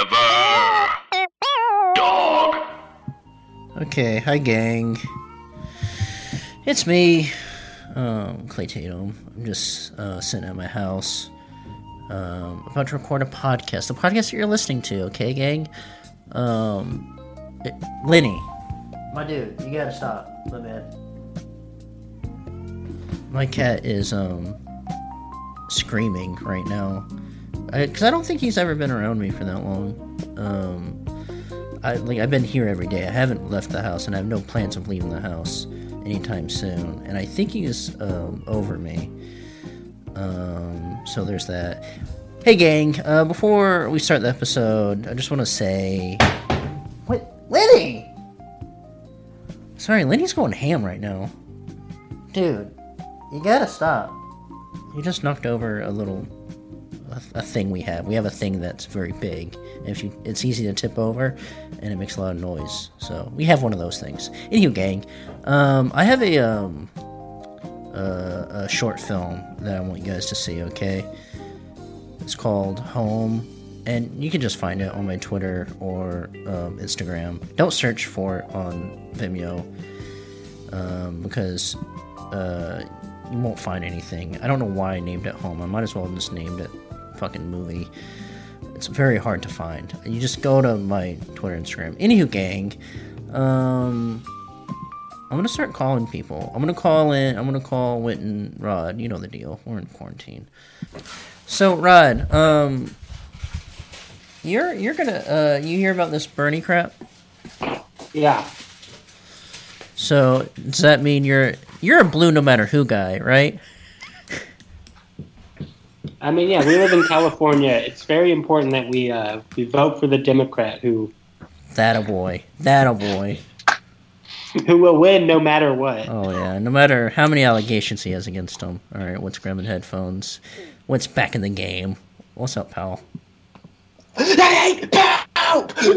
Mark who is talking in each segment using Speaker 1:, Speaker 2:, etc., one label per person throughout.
Speaker 1: Forever. Dog.
Speaker 2: Okay, hi gang. It's me, um, Clay Tatum. I'm just uh, sitting at my house. Um, about to record a podcast. The podcast that you're listening to, okay, gang? Um, it- Lenny. My dude, you gotta stop, my man. My cat is, um, screaming right now. Because I, don't think he's ever been around me for that long. Um, I like I've been here every day. I haven't left the house, and I have no plans of leaving the house anytime soon. And I think he is um, over me. Um, so there's that. Hey, gang! Uh, before we start the episode, I just want to say, what, Lenny? Sorry, Lenny's going ham right now. Dude, you gotta stop. You just knocked over a little a, a thing we have. We have a thing that's very big. And if you, it's easy to tip over, and it makes a lot of noise. So we have one of those things. Anywho, gang, um, I have a um, uh, a short film that I want you guys to see. Okay, it's called Home, and you can just find it on my Twitter or um, Instagram. Don't search for it on Vimeo um, because uh, you won't find anything. I don't know why I named it home. I might as well have just named it fucking movie. It's very hard to find. You just go to my Twitter, Instagram. Anywho, gang, um, I'm gonna start calling people. I'm gonna call in. I'm gonna call Witten, Rod. You know the deal. We're in quarantine. So Rod, um, you're you're gonna uh, you hear about this Bernie crap?
Speaker 3: Yeah.
Speaker 2: So does that mean you're you're a blue no matter who guy, right?
Speaker 3: I mean, yeah, we live in California. It's very important that we uh, we vote for the Democrat who
Speaker 2: That a boy. That a boy.
Speaker 3: who will win no matter what.
Speaker 2: Oh yeah. No matter how many allegations he has against him. All right. What's grabbing headphones? What's back in the game? What's up, pal?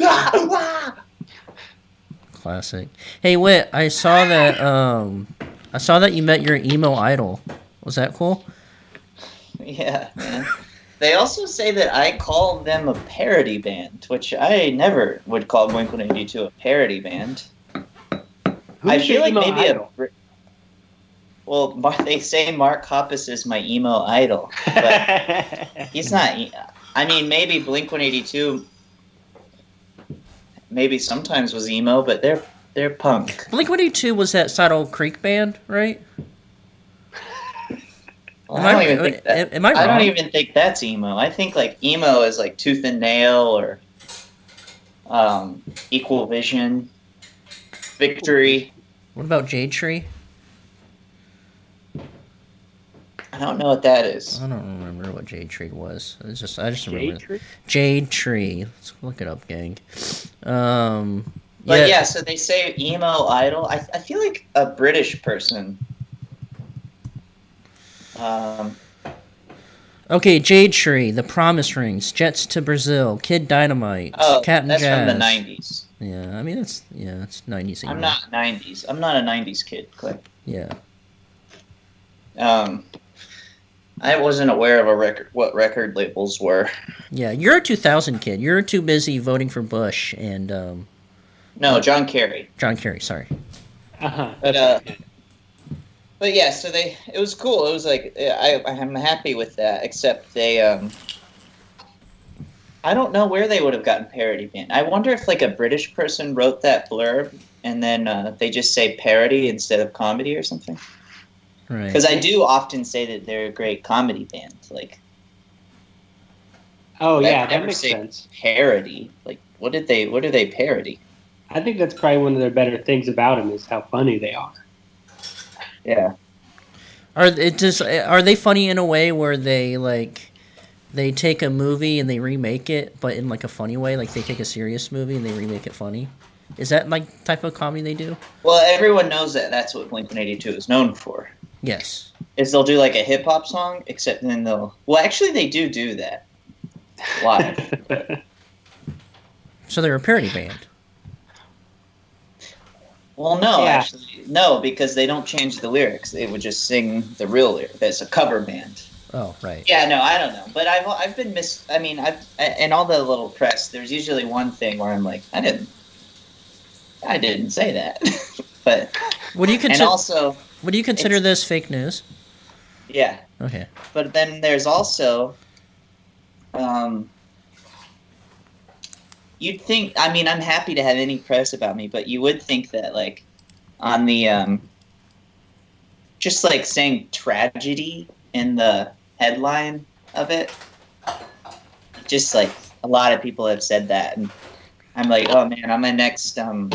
Speaker 2: Classic. Hey, Wit. I saw that. Um, I saw that you met your emo idol. Was that cool?
Speaker 4: Yeah, man. they also say that I call them a parody band, which I never would call Blink 182 a parody band. I
Speaker 3: Who's your
Speaker 4: feel like
Speaker 3: emo
Speaker 4: maybe
Speaker 3: idol?
Speaker 4: a. Well, Mar- they say Mark Hoppus is my emo idol, but he's not. e- I mean, maybe Blink 182. Maybe sometimes was emo, but they're they're punk.
Speaker 2: Blink One Eighty Two was that Saddle Creek band, right? Am
Speaker 4: Well, Oh, I don't
Speaker 2: I-
Speaker 4: even think that.
Speaker 2: am- am I wrong?
Speaker 4: don't even think that's emo. I think like emo is like Tooth and Nail or um, Equal Vision, Victory.
Speaker 2: What about Jade Tree?
Speaker 4: I don't know what that is.
Speaker 2: I don't remember what Jade Tree was. It's just I just remember
Speaker 3: Jade Tree?
Speaker 2: Jade Tree. Let's look it up, gang. Um,
Speaker 4: But yeah, so they say emo idol. I, I feel like a British person. Um,
Speaker 2: Okay, Jade Tree, The Promise Rings, Jets to Brazil, Kid Dynamite,
Speaker 4: oh,
Speaker 2: Cat and
Speaker 4: that's
Speaker 2: Jazz.
Speaker 4: from the '90s.
Speaker 2: Yeah, I mean that's yeah, it's nineties.
Speaker 4: I'm not '90s. I'm not a '90s kid, Clay.
Speaker 2: Yeah,
Speaker 4: Um, I wasn't aware of a record. What record labels were?
Speaker 2: yeah. You're a two thousand kid. You're too busy voting for Bush and um,
Speaker 4: No, John Kerry.
Speaker 2: John Kerry. Sorry.
Speaker 3: Uh-huh.
Speaker 4: But uh, but yeah, so they it was cool. It was like I I'm happy with that. Except they um, I don't know where they would have gotten parody band. I wonder if like a British person wrote that blurb and then uh, they just say parody instead of comedy or something.
Speaker 2: Right.
Speaker 4: Because I do often say that they're a great comedy band, like
Speaker 3: Oh yeah,
Speaker 4: I've
Speaker 3: that
Speaker 4: never
Speaker 3: makes
Speaker 4: seen-
Speaker 3: sense.
Speaker 4: parody. Like what did they what do they parody?
Speaker 3: I think that's probably one of their better things about them is how funny they are.
Speaker 4: Yeah.
Speaker 2: Are it just are they funny in a way where they like they take a movie and they remake it, but in like a funny way, like they take a serious movie and they remake it funny? Is that like type of comedy they do?
Speaker 4: Well, everyone knows that that's what Blink 182 is known for.
Speaker 2: Yes.
Speaker 4: is they'll do like a hip hop song, except then they'll. Well, actually, they do do that live.
Speaker 2: So they're a parody band.
Speaker 4: well, no,
Speaker 3: Yeah.
Speaker 4: actually, no, because they don't change the lyrics. They would just sing the real lyric. That's a cover band.
Speaker 2: Oh, right.
Speaker 4: Yeah, no, I don't know, but I've I've been mis. I mean, I've in all the little press, there's usually one thing where I'm like, I didn't, I didn't say that, but
Speaker 2: What do you
Speaker 4: and
Speaker 2: consider?
Speaker 4: also,
Speaker 2: What do you consider this fake news?
Speaker 4: yeah,
Speaker 2: Okay.
Speaker 4: but then there's also, um, you'd think. I mean, I'm happy to have any press about me, but you would think that like, on the um, just like saying tragedy in the headline of it, just like a lot of people have said that, and I'm like, oh man, on my next um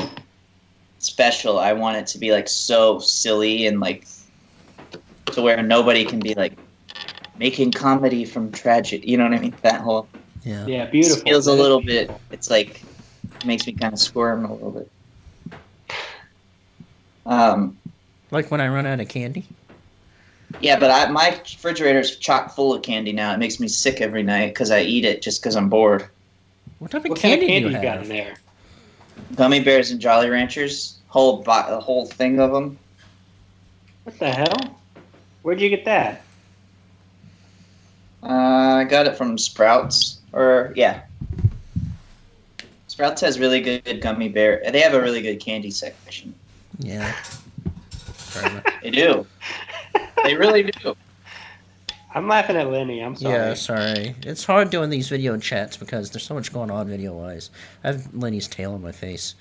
Speaker 4: special, I want it to be like so silly and like to where nobody can be like making comedy from tragedy. You know what I mean? That whole
Speaker 2: Yeah.
Speaker 3: Yeah, beautiful.
Speaker 4: feels a little bit. It's like it makes me kind of squirm a little bit. Um,
Speaker 2: Like when I run out of candy.
Speaker 4: yeah, but I, my refrigerator's chock full of candy now. It makes me sick every night because I eat it just because I'm bored.
Speaker 2: What type of
Speaker 3: What kind
Speaker 2: candy
Speaker 3: of candy
Speaker 2: do
Speaker 3: you
Speaker 2: you
Speaker 3: got in
Speaker 2: have?
Speaker 3: there?
Speaker 4: Gummy bears and Jolly Ranchers, whole bo- a whole thing of them.
Speaker 3: What the hell? Where'd you get that?
Speaker 4: Uh, I got it from Sprouts, or yeah. Sprouts has really good gummy bear. They have a really good candy section.
Speaker 2: Yeah. Sorry.
Speaker 4: They do. they really do.
Speaker 3: I'm laughing at Lenny. I'm sorry.
Speaker 2: Yeah, sorry. It's hard doing these video chats because there's so much going on video wise. I have Lenny's tail on my face.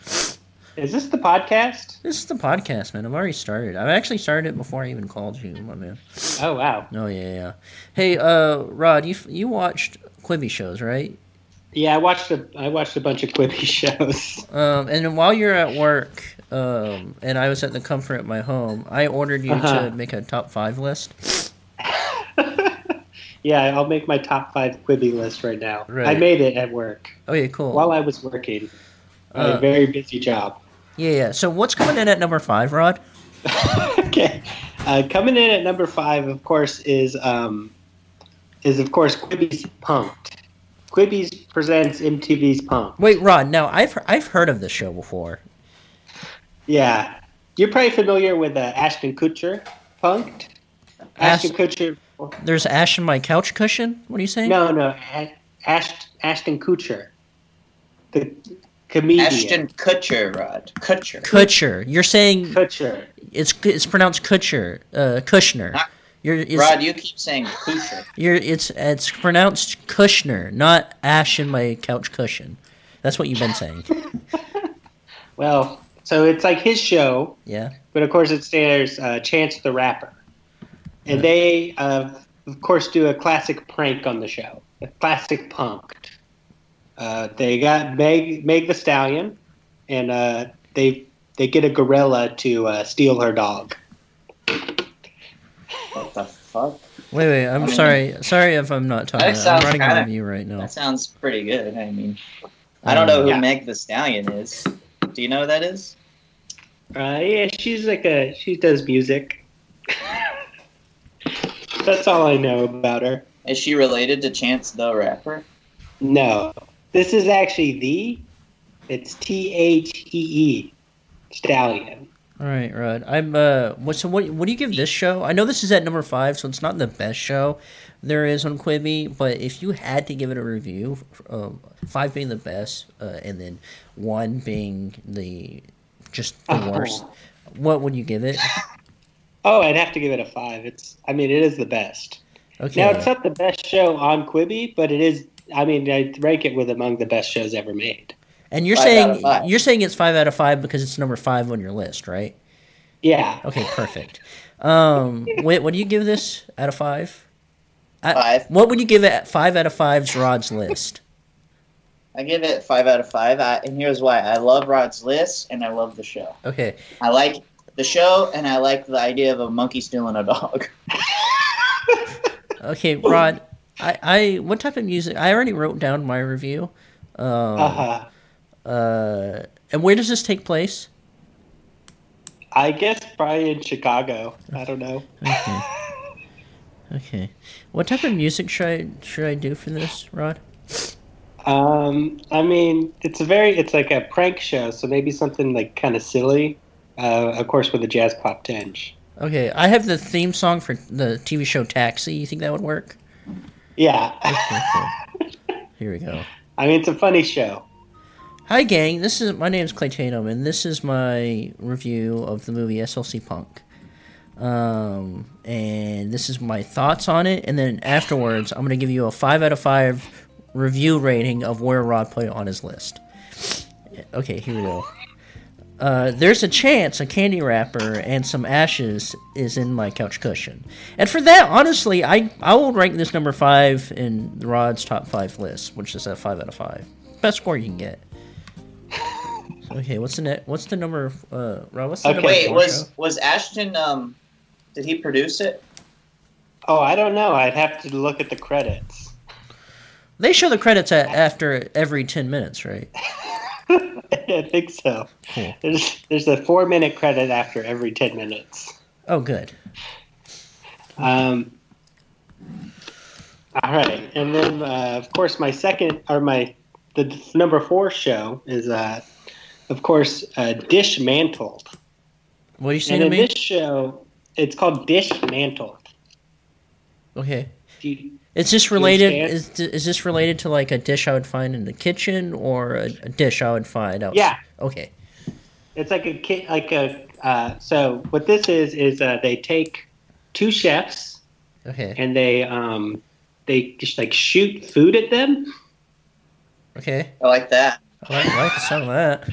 Speaker 3: Is this the podcast?
Speaker 2: This is the podcast, man. I've already started. I've actually started it before I even called you, my man.
Speaker 3: Oh wow.
Speaker 2: Oh yeah, yeah. Hey, uh, Rod, you you watched Quibi shows, right?
Speaker 3: Yeah, I watched a I watched a bunch of Quibi shows.
Speaker 2: Um, and then while you're at work, um, and I was at the comfort of my home, I ordered you
Speaker 3: Uh-huh.
Speaker 2: to make a top five list.
Speaker 3: yeah, I'll make my top five Quibi list right now.
Speaker 2: Right.
Speaker 3: I made it at work
Speaker 2: Oh yeah, cool.
Speaker 3: while I was working. I had
Speaker 2: Uh,
Speaker 3: a very busy job.
Speaker 2: yeah, yeah. So what's coming in at number five, Rod?
Speaker 3: okay. Uh, coming in at number five, of course, is um, is of course Quibi's Punked. Quibi's presents MTV's Punked.
Speaker 2: Wait, Rod. Now I've he- I've heard of this show before.
Speaker 3: Yeah, you're probably familiar with uh, Ashton Kutcher, Punked. Ashton Kutcher.
Speaker 2: There's ash in my couch cushion. What are you saying?
Speaker 3: No, no, A- Ash, Ashton Kutcher, the comedian.
Speaker 4: Ashton Kutcher, Rod. Kutcher.
Speaker 2: Kutcher. You're saying
Speaker 3: Kutcher.
Speaker 2: it's it's pronounced Kutcher, uh, Kushner.
Speaker 4: Not-
Speaker 2: You're it's,
Speaker 4: Rod, you keep saying Kutcher.
Speaker 2: you're it's it's pronounced Kushner, not ash in my couch cushion. That's what you've been saying.
Speaker 3: Well, so it's like his show,
Speaker 2: Yeah.
Speaker 3: but of course it stars uh, Chance the Rapper, and they uh, of course do a classic prank on the show, a classic punked. Uh, they got Meg, Meg the Stallion, and uh, they they get a gorilla to uh, steal her dog.
Speaker 4: What the fuck?
Speaker 2: Wait, wait. I'm
Speaker 4: I mean-
Speaker 2: sorry. Sorry if I'm not talking.
Speaker 4: That
Speaker 2: I'm
Speaker 4: sounds
Speaker 2: running
Speaker 4: kinda-
Speaker 2: out of you right now.
Speaker 4: That sounds pretty good. I mean, I don't know who
Speaker 3: Yeah.
Speaker 4: Meg the Stallion is. Do you know who that is?
Speaker 3: Uh, yeah, she's like a she does music. That's all I know about her.
Speaker 4: Is she related to Chance the Rapper?
Speaker 3: No, this is actually the. It's T H E E, stallion.
Speaker 2: All right, Rod. I'm uh. What, so what? What do you give this show? I know this is at number five, so it's not the best show there is on Quibi. But if you had to give it a review, um, five being the best, uh, and then one being the just the
Speaker 3: Oh.
Speaker 2: worst, what would you give it?
Speaker 3: Oh, I'd have to give it a five. It's. I mean, it is the best.
Speaker 2: Okay.
Speaker 3: Now it's not the best show on Quibi, but it is. I mean, I rank it with among the best shows ever made.
Speaker 2: and you're
Speaker 4: Five out of
Speaker 2: saying
Speaker 4: five.
Speaker 2: you're saying it's five out of five because it's number five on your list, right?
Speaker 3: Yeah,
Speaker 2: Okay, perfect. Um, wait, what do you give this out of five? I-
Speaker 4: Five.
Speaker 2: What would you give it? Five out of five's Rod's list.
Speaker 4: I give it five out of five. I, and here's why: I love Rod's list, and I love the show.
Speaker 2: Okay.
Speaker 4: I like the show, and I like the idea of a monkey stealing a dog.
Speaker 2: Okay, Rod, I, I what type of music? I already wrote down my review. Um,
Speaker 3: uh,
Speaker 2: uh, and where does this take place?
Speaker 3: I guess probably in Chicago. I don't know.
Speaker 2: Okay. okay. What type of music should I should I do for this, Rod?
Speaker 3: Um, I mean, it's a very, it's like a prank show, so maybe something like kind of silly, uh, of course, with a jazz pop tinge.
Speaker 2: Okay, I have the theme song for the TV show Taxi. You think that would work?
Speaker 3: Yeah.
Speaker 2: Here we go.
Speaker 3: I mean, it's a funny show.
Speaker 2: Hi, gang. This is my name's Clay Tatum, and this is my review of the movie SLC Punk. Um, and this is my thoughts on it. And then afterwards, I'm gonna give you a five out of five review rating of where Rod put it on his list. Okay, here we go. Uh, there's a chance a candy wrapper and some ashes is in my couch cushion. And for that, honestly, I, I will rank this number five in Rod's top five list, which is a five out of five. Best score you can get. Okay, what's the net? What's the number? Uh, Rod, what's the
Speaker 3: Okay.
Speaker 2: number
Speaker 4: Wait,
Speaker 2: four
Speaker 4: was
Speaker 2: show?
Speaker 4: was Ashton? Um, did he produce it?
Speaker 3: Oh, I don't know. I'd have to look at the credits.
Speaker 2: they show the credits at, after every ten minutes, right?
Speaker 3: I think so.
Speaker 2: Cool.
Speaker 3: There's there's a four minute credit after every ten minutes.
Speaker 2: Oh, good.
Speaker 3: Um, all right, and then uh, of course my second or my the number four show is uh, of course uh, Dishmantled,
Speaker 2: What do you say
Speaker 3: and
Speaker 2: to
Speaker 3: in
Speaker 2: me?
Speaker 3: this show it's called Dishmantled.
Speaker 2: Okay.
Speaker 3: Do you-
Speaker 2: Is this related?
Speaker 3: understand?
Speaker 2: Is, th- is this related to like a dish I would find in the kitchen or a, a dish I would find out?
Speaker 3: Yeah.
Speaker 2: Okay.
Speaker 3: It's like a kid, like a uh, so what this is is uh, they take two chefs
Speaker 2: Okay.
Speaker 3: and they um, they just like shoot food at them.
Speaker 2: Okay.
Speaker 4: I like that.
Speaker 2: I like, I like the sound of that.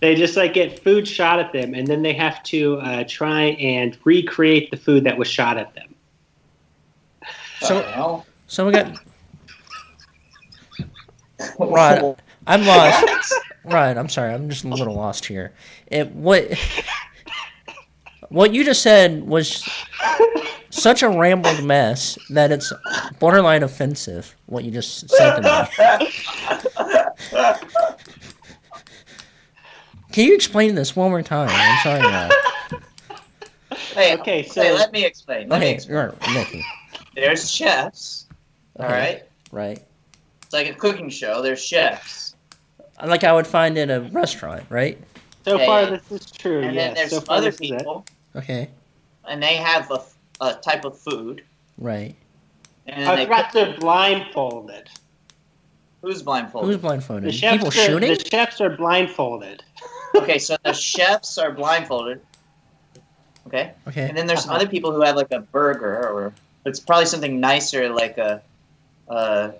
Speaker 3: They just like get food shot at them, and then they have to uh, try and recreate the food that was shot at them.
Speaker 2: So-
Speaker 4: So,
Speaker 2: So we got Rod. I'm lost. Rod, I'm sorry. I'm just a little lost here. It what what you just said was such a rambled mess that it's borderline offensive. What you just said to me. Can you explain this one more time? I'm sorry, uh, Rod.
Speaker 4: Hey,
Speaker 3: Okay, so
Speaker 4: hey, let me explain. Let me
Speaker 2: Okay,
Speaker 4: explain.
Speaker 2: you're right, Nikki.
Speaker 4: There's chefs. All
Speaker 2: Okay.
Speaker 4: right,
Speaker 2: Right.
Speaker 4: it's like a cooking show. There's chefs,
Speaker 2: Like I would find in a restaurant, right?
Speaker 3: so
Speaker 4: Yeah,
Speaker 3: far,
Speaker 4: yeah.
Speaker 3: this is true.
Speaker 4: and
Speaker 3: yes.
Speaker 4: then there's
Speaker 3: Oh, so
Speaker 4: some
Speaker 3: far,
Speaker 4: other
Speaker 3: this is it.
Speaker 4: people,
Speaker 2: Okay.
Speaker 4: and they have a, a type of food,
Speaker 2: Right.
Speaker 4: and then
Speaker 3: I
Speaker 4: they
Speaker 3: forgot
Speaker 4: cook-
Speaker 3: they're blindfolded.
Speaker 4: who's
Speaker 2: Who's
Speaker 4: blindfolded?
Speaker 2: blindfolded?
Speaker 3: The chefs,
Speaker 2: People
Speaker 3: are,
Speaker 2: shooting?
Speaker 3: the chefs are blindfolded.
Speaker 4: okay, so the chefs are blindfolded. Okay,
Speaker 2: okay.
Speaker 4: and then there's other people who have like a burger, or it's probably something nicer, like a, a,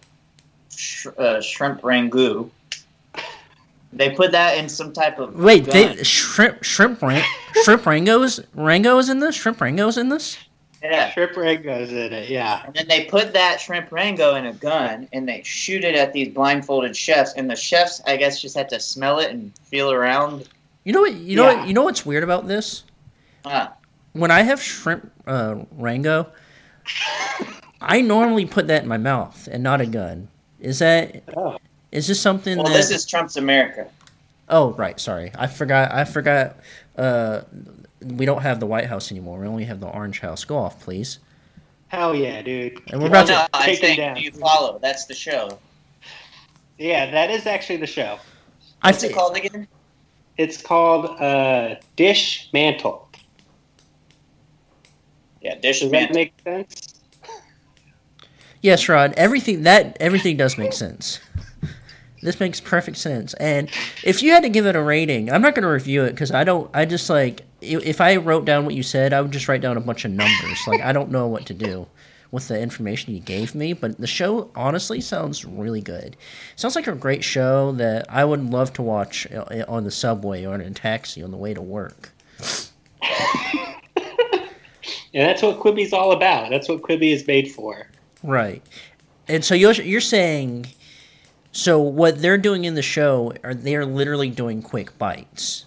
Speaker 4: sh- a shrimp rangoon. They put that in some type of
Speaker 2: Wait,
Speaker 4: gun.
Speaker 2: they, shrimp, shrimp, ran, shrimp, Rango's, Rango is in this. Shrimp Rango's in this.
Speaker 4: yeah.
Speaker 3: Trip rig goes in it. Yeah.
Speaker 4: And then they put that shrimp rango in a gun and they shoot it at these blindfolded chefs. And the chefs, I guess, just had to smell it and feel around.
Speaker 2: You know what? You know
Speaker 3: Yeah.
Speaker 2: what? You know what's weird about this?
Speaker 4: Ah,
Speaker 2: When I have shrimp uh, Rango, I normally put that in my mouth and not a gun. Is that?
Speaker 3: Oh.
Speaker 2: Is this something
Speaker 4: well,
Speaker 2: that?
Speaker 4: this is Trump's America.
Speaker 2: oh, right. Sorry, I forgot. I forgot. Uh, we don't have the White House anymore. We only have the Orange House. Go off, please.
Speaker 3: Hell yeah, dude.
Speaker 2: And we're about
Speaker 4: Well, no,
Speaker 2: to.
Speaker 4: I
Speaker 3: Take him
Speaker 4: think
Speaker 3: down.
Speaker 4: you follow. That's the show.
Speaker 3: Yeah, that is actually the show.
Speaker 2: I
Speaker 4: What's it
Speaker 2: think.
Speaker 4: called again?
Speaker 3: It's called uh, Dish Mantle.
Speaker 4: Yeah, Dish
Speaker 3: Does
Speaker 4: Man.
Speaker 3: that make sense?
Speaker 2: Yes, Rod. Everything that everything does make sense. This makes perfect sense. And if you had to give it a rating, I'm not going to review it because I don't. I just like i- if I wrote down what you said, I would just write down a bunch of numbers. like I don't know what to do with the information you gave me. But the show honestly sounds really good. Sounds like a great show that I would love to watch uh, on the subway or in a taxi on the way to work.
Speaker 3: And that's what Quibi's all about. That's what Quibi is made for.
Speaker 2: Right. And so you're you're saying so what they're doing in the show are they're literally doing quick bites.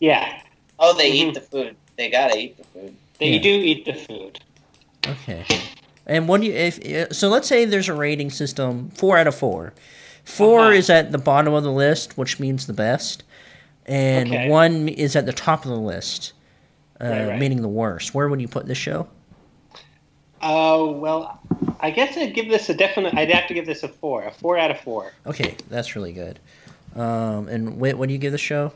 Speaker 3: Yeah.
Speaker 4: Oh, they eat the food. They gotta eat the food.
Speaker 3: They
Speaker 2: Yeah.
Speaker 3: do eat the food.
Speaker 2: Okay. And what do you if so let's say there's a rating system 4 out of 4. 4
Speaker 3: Uh-huh.
Speaker 2: is at the bottom of the list, which means the best. And
Speaker 3: Okay.
Speaker 2: 1 is at the top of the list, uh,
Speaker 3: Right, right.
Speaker 2: meaning the worst. Where would you put this show?
Speaker 3: Oh well, I guess I'd give this a definite. I'd have to give this a four, a four out of four.
Speaker 2: Okay, that's really good. Um, and Whit, what do you give the show?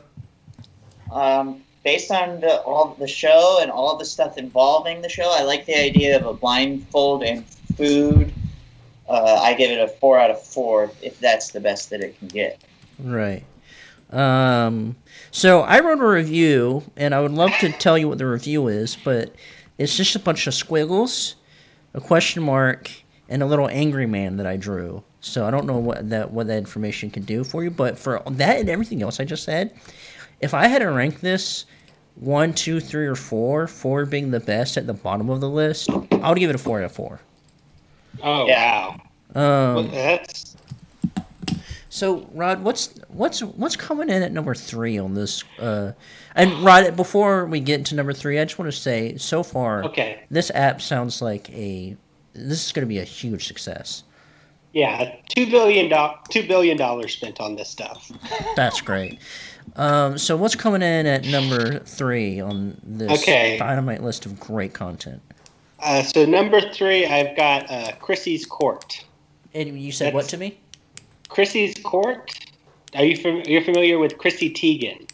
Speaker 4: Um, based on the, all the show and all the stuff involving the show, I like the idea of a blindfold and food. Uh, I give it a four out of four if that's the best that it can get.
Speaker 2: Right. Um, so I wrote a review, and I would love to tell you what the review is, but it's just a bunch of squiggles, a question mark, and a little angry man that I drew. So I don't know what that what that information can do for you, but for that and everything else I just said, if I had to rank this one, two, three, or four, four being the best at the bottom of the list, I would give it a four out of four.
Speaker 3: Oh
Speaker 4: Yeah.
Speaker 3: wow, Well,
Speaker 2: Um,
Speaker 3: that's
Speaker 2: so Rod, what's what's what's coming in at number three on this? Uh, and Rod, before we get into number three, I just want to say so far,
Speaker 3: okay.
Speaker 2: this app sounds like a this is going to be a huge success.
Speaker 3: Yeah, two billion dollars. Two billion dollars spent on this stuff.
Speaker 2: That's great. Um, so what's coming in at number three on this
Speaker 3: Okay.
Speaker 2: dynamite list of great content?
Speaker 3: Uh, so number three, I've got uh, Chrissy's Court.
Speaker 2: And you said what
Speaker 3: That's-
Speaker 2: to me?
Speaker 3: Chrissy's Court. Are you fam- you're familiar with Chrissy Teigen?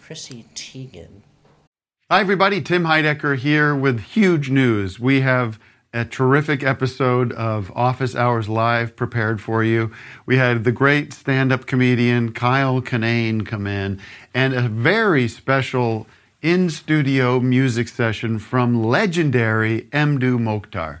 Speaker 2: Chrissy Teigen.
Speaker 5: Hi, everybody. Tim Heidecker here with huge news. We have a terrific episode of Office Hours Live prepared for you. We had the great stand up comedian Kyle Kinane come in and a very special in studio music session from legendary Mdu Mokhtar.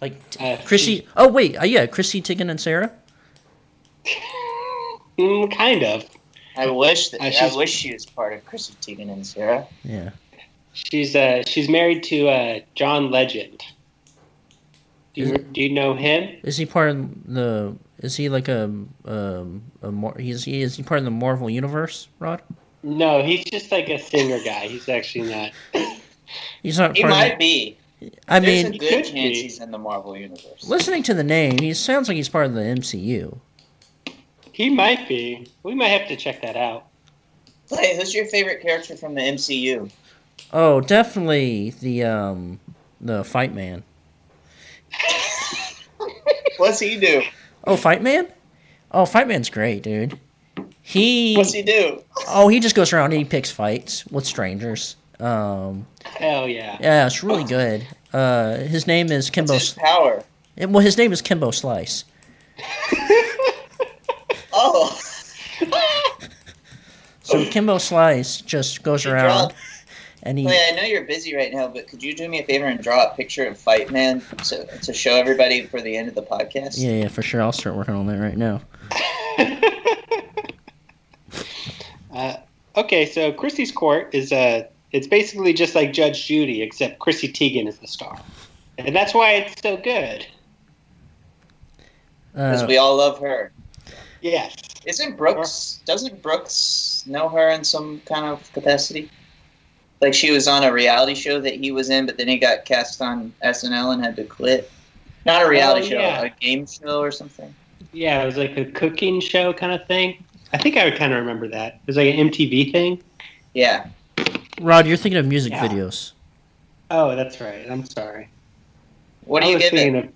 Speaker 2: Like
Speaker 3: Uh,
Speaker 2: Chrissy. Oh wait, uh, yeah, Chrissy Teigen and Sarah.
Speaker 3: Mm, kind of.
Speaker 4: I wish that
Speaker 3: Uh,
Speaker 4: I
Speaker 3: she's-
Speaker 4: wish she was part of Chrissy Teigen and Sarah.
Speaker 2: Yeah.
Speaker 3: She's uh, she's married to uh, John Legend. Do you, do you know him?
Speaker 2: Is he part of the? Is he like a um a Mar- is he is he part of the Marvel universe, Rod?
Speaker 3: No, he's just like a singer guy. He's actually not.
Speaker 2: He's not
Speaker 4: He
Speaker 2: part.
Speaker 4: might
Speaker 2: of the,
Speaker 4: be.
Speaker 2: I
Speaker 4: There's
Speaker 2: mean,
Speaker 4: a
Speaker 3: He
Speaker 4: good
Speaker 3: could
Speaker 4: chance
Speaker 3: be.
Speaker 4: he's in the Marvel universe.
Speaker 2: listening to the name, he sounds like he's part of the MCU.
Speaker 3: He might be. We might have to check that out.
Speaker 4: Clay, who's your favorite character from the MCU?
Speaker 2: Oh, definitely the um the Fight Man.
Speaker 4: What's he do?
Speaker 2: Oh, Fight Man. Oh, Fight Man's great, dude. He
Speaker 4: What's he do?
Speaker 2: oh he just goes around and he picks fights with strangers. Um,
Speaker 3: Hell yeah.
Speaker 2: yeah, it's really good. Uh, his name is Kimbo.
Speaker 4: His power.
Speaker 2: S- Well, his name is Kimbo Slice.
Speaker 4: Oh,
Speaker 2: So Kimbo Slice just goes
Speaker 4: He draws-
Speaker 2: around and he
Speaker 4: Clay, I know you're busy right now, but could you do me a favor and draw a picture of Fight Man to, to show everybody for the end of the podcast?
Speaker 2: yeah yeah for sure I'll start working on that right now.
Speaker 3: Uh, okay, so Chrissy's Court is uh, it's basically just like Judge Judy, except Chrissy Teigen is the star, and that's why it's so good.
Speaker 4: Because
Speaker 2: Uh,
Speaker 4: we all love her.
Speaker 3: Yes,
Speaker 4: Isn't Brooks? Doesn't Brooks know her in some kind of capacity? Like she was on a reality show that he was in, but then he got cast on SNL and had to quit. Not a reality
Speaker 3: Oh,
Speaker 4: show,
Speaker 3: yeah.
Speaker 4: a game show or something.
Speaker 3: yeah, it was like a cooking show kind of thing. I think I would kind of remember that. It was like an MTV thing.
Speaker 4: Yeah,
Speaker 2: Rod, you're thinking of music
Speaker 3: Yeah.
Speaker 2: videos.
Speaker 3: Oh, that's right. I'm sorry.
Speaker 4: What do
Speaker 3: I
Speaker 4: you
Speaker 3: was
Speaker 4: give
Speaker 3: thinking
Speaker 4: it?
Speaker 3: of.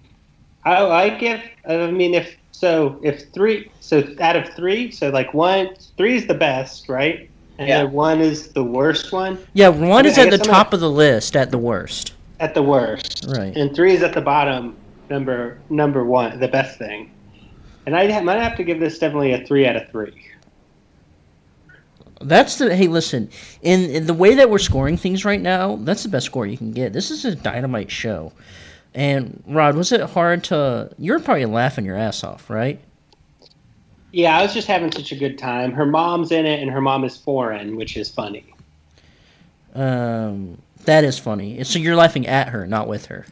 Speaker 3: Oh, I give. I mean, if so, if three, so out of three, so like one, three is the best, right? And
Speaker 4: Yeah.
Speaker 3: then one is the worst one
Speaker 2: Yeah, one
Speaker 3: I
Speaker 2: is
Speaker 3: guess
Speaker 2: at the
Speaker 3: I'm
Speaker 2: top of the list at the worst.
Speaker 3: at the worst.
Speaker 2: Right.
Speaker 3: and three is at the bottom number number one the best thing and i might have to give this definitely a three out of three
Speaker 2: That's the hey. Listen, in, in the way that we're scoring things right now, that's the best score you can get. This is a dynamite show. And Rod, was it hard to? You're probably laughing your ass off, right?
Speaker 3: yeah i was just having such a good time her mom's in it and her mom is foreign which is funny
Speaker 2: Um, that is funny. So you're laughing at her, not with her.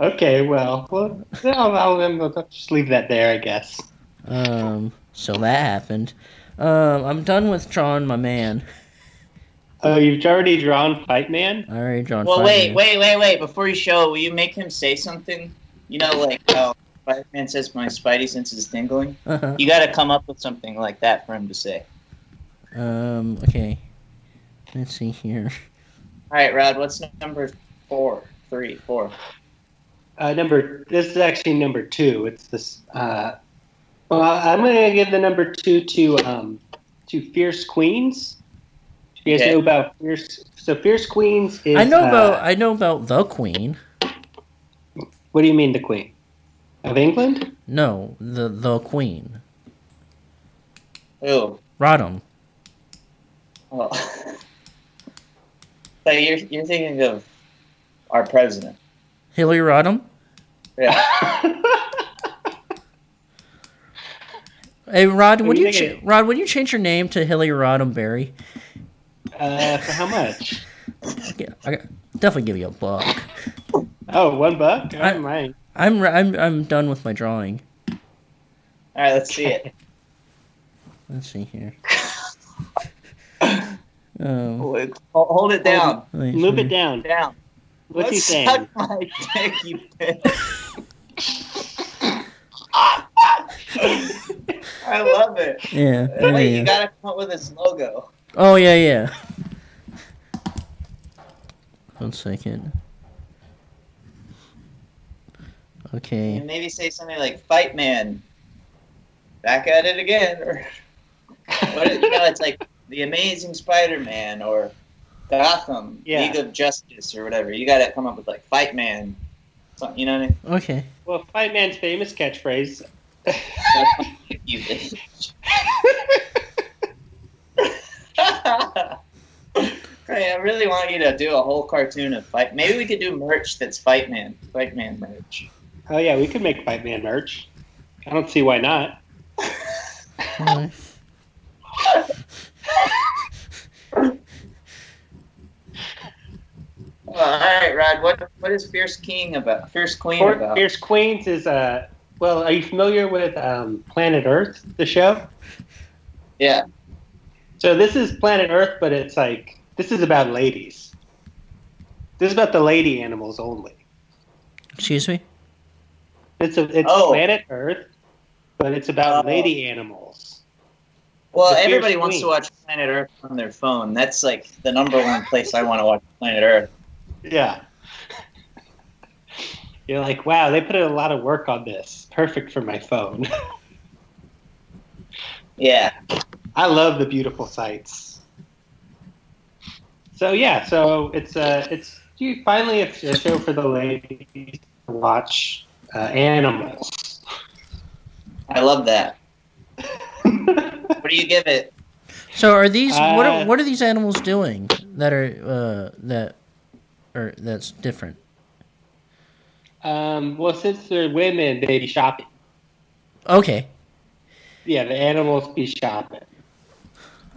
Speaker 3: okay well, well I'll, I'll, I'll just leave that there i guess
Speaker 2: Um, so that happened. Um, I'm done with Tron, my man.
Speaker 3: Oh, you've already drawn Fight Man?
Speaker 2: I already drawn.
Speaker 4: Well,
Speaker 2: five
Speaker 4: wait,
Speaker 2: minutes.
Speaker 4: wait, wait, wait. Before you show, will you make him say something? You know, like how Spider-Man says, "My Spidey sense is tingling."
Speaker 2: Uh-huh.
Speaker 4: You got to come up with something like that for him to say.
Speaker 2: Um. Okay. Let's see here.
Speaker 4: All right, Rod. What's number four, three, four?
Speaker 3: Uh, number this is actually number two. It's this. Uh, well, I'm gonna give the number two to um, to Fierce Queens. Do you guys
Speaker 4: Okay.
Speaker 3: know about Fierce? So Fierce Queens is.
Speaker 2: I know
Speaker 3: uh,
Speaker 2: about. I know about the Queen.
Speaker 3: What do you mean the Queen of England?
Speaker 2: No, the the Queen.
Speaker 4: Ooh.
Speaker 2: Rodham.
Speaker 4: Oh. so you're you're thinking of our president?
Speaker 2: Hillary Rodham.
Speaker 4: Yeah.
Speaker 2: Hey Rod,
Speaker 3: What
Speaker 2: would
Speaker 3: do you
Speaker 2: you cha-
Speaker 3: think it-
Speaker 2: Rod? Would you change your name to Hillary Rodham Berry?
Speaker 3: Uh, for how much?
Speaker 2: Yeah, I got- definitely give you a buck.
Speaker 3: Oh, one buck.
Speaker 2: I-
Speaker 3: Oh, my.
Speaker 2: I'm re- I'm I'm done with my drawing.
Speaker 4: All right, let's see it.
Speaker 2: Let's see here. Um,
Speaker 4: Hold hold it down,
Speaker 2: let me
Speaker 3: Move
Speaker 2: see.
Speaker 3: it down.
Speaker 4: down.
Speaker 3: What's he
Speaker 4: Let's
Speaker 3: saying?
Speaker 4: Suck my dick, you bitch. I love it.
Speaker 2: Yeah. there
Speaker 4: Wait,
Speaker 2: you
Speaker 4: you
Speaker 2: go.
Speaker 4: gotta come up with this logo.
Speaker 2: Oh yeah, yeah. One second. Okay.
Speaker 4: And maybe say something like "Fight Man." Back at it again, or what is, you know, it's like the Amazing Spider-Man or Gotham
Speaker 3: Yeah.
Speaker 4: League of Justice or whatever. You got to come up with like "Fight Man," something. You know what I mean?
Speaker 2: Okay.
Speaker 3: Well, Fight Man's famous catchphrase.
Speaker 4: Suck my dick, you bitch. Hey, I really want you to do a whole cartoon of fight. Maybe we could do merch that's Fight Man, Fight Man merch.
Speaker 3: Oh yeah, we could make Fight Man merch. I don't see why not.
Speaker 2: Alright.
Speaker 4: Well, all right, Rod. What what is Fierce King about? Fierce Queen
Speaker 3: Fort
Speaker 4: about?
Speaker 3: Fierce Queens is Uh, well, are you familiar with um, Planet Earth, the show?
Speaker 4: Yeah.
Speaker 3: So this is Planet Earth, but it's like this is about ladies. This is about the lady animals only.
Speaker 2: Excuse me.
Speaker 3: It's a, it's
Speaker 4: Oh.
Speaker 3: Planet Earth, but it's about
Speaker 4: Oh.
Speaker 3: lady animals.
Speaker 4: Well,
Speaker 3: The Fierce
Speaker 4: everybody wants to
Speaker 3: Queen.
Speaker 4: watch Planet Earth on their phone. That's like the number one place I want to watch Planet Earth.
Speaker 3: Yeah. You're like, wow, they put in a lot of work on this. Perfect for my phone.
Speaker 4: Yeah.
Speaker 3: I love the beautiful sights. So yeah, so it's uh, it's you finally a, a show for the ladies to watch uh, animals.
Speaker 4: I love that. What do you give it?
Speaker 2: So are these what are
Speaker 3: Uh,
Speaker 2: what are these animals doing that are uh that are that's different?
Speaker 3: um, well, since they're women, they be shopping.
Speaker 2: Okay.
Speaker 3: Yeah, the animals be shopping.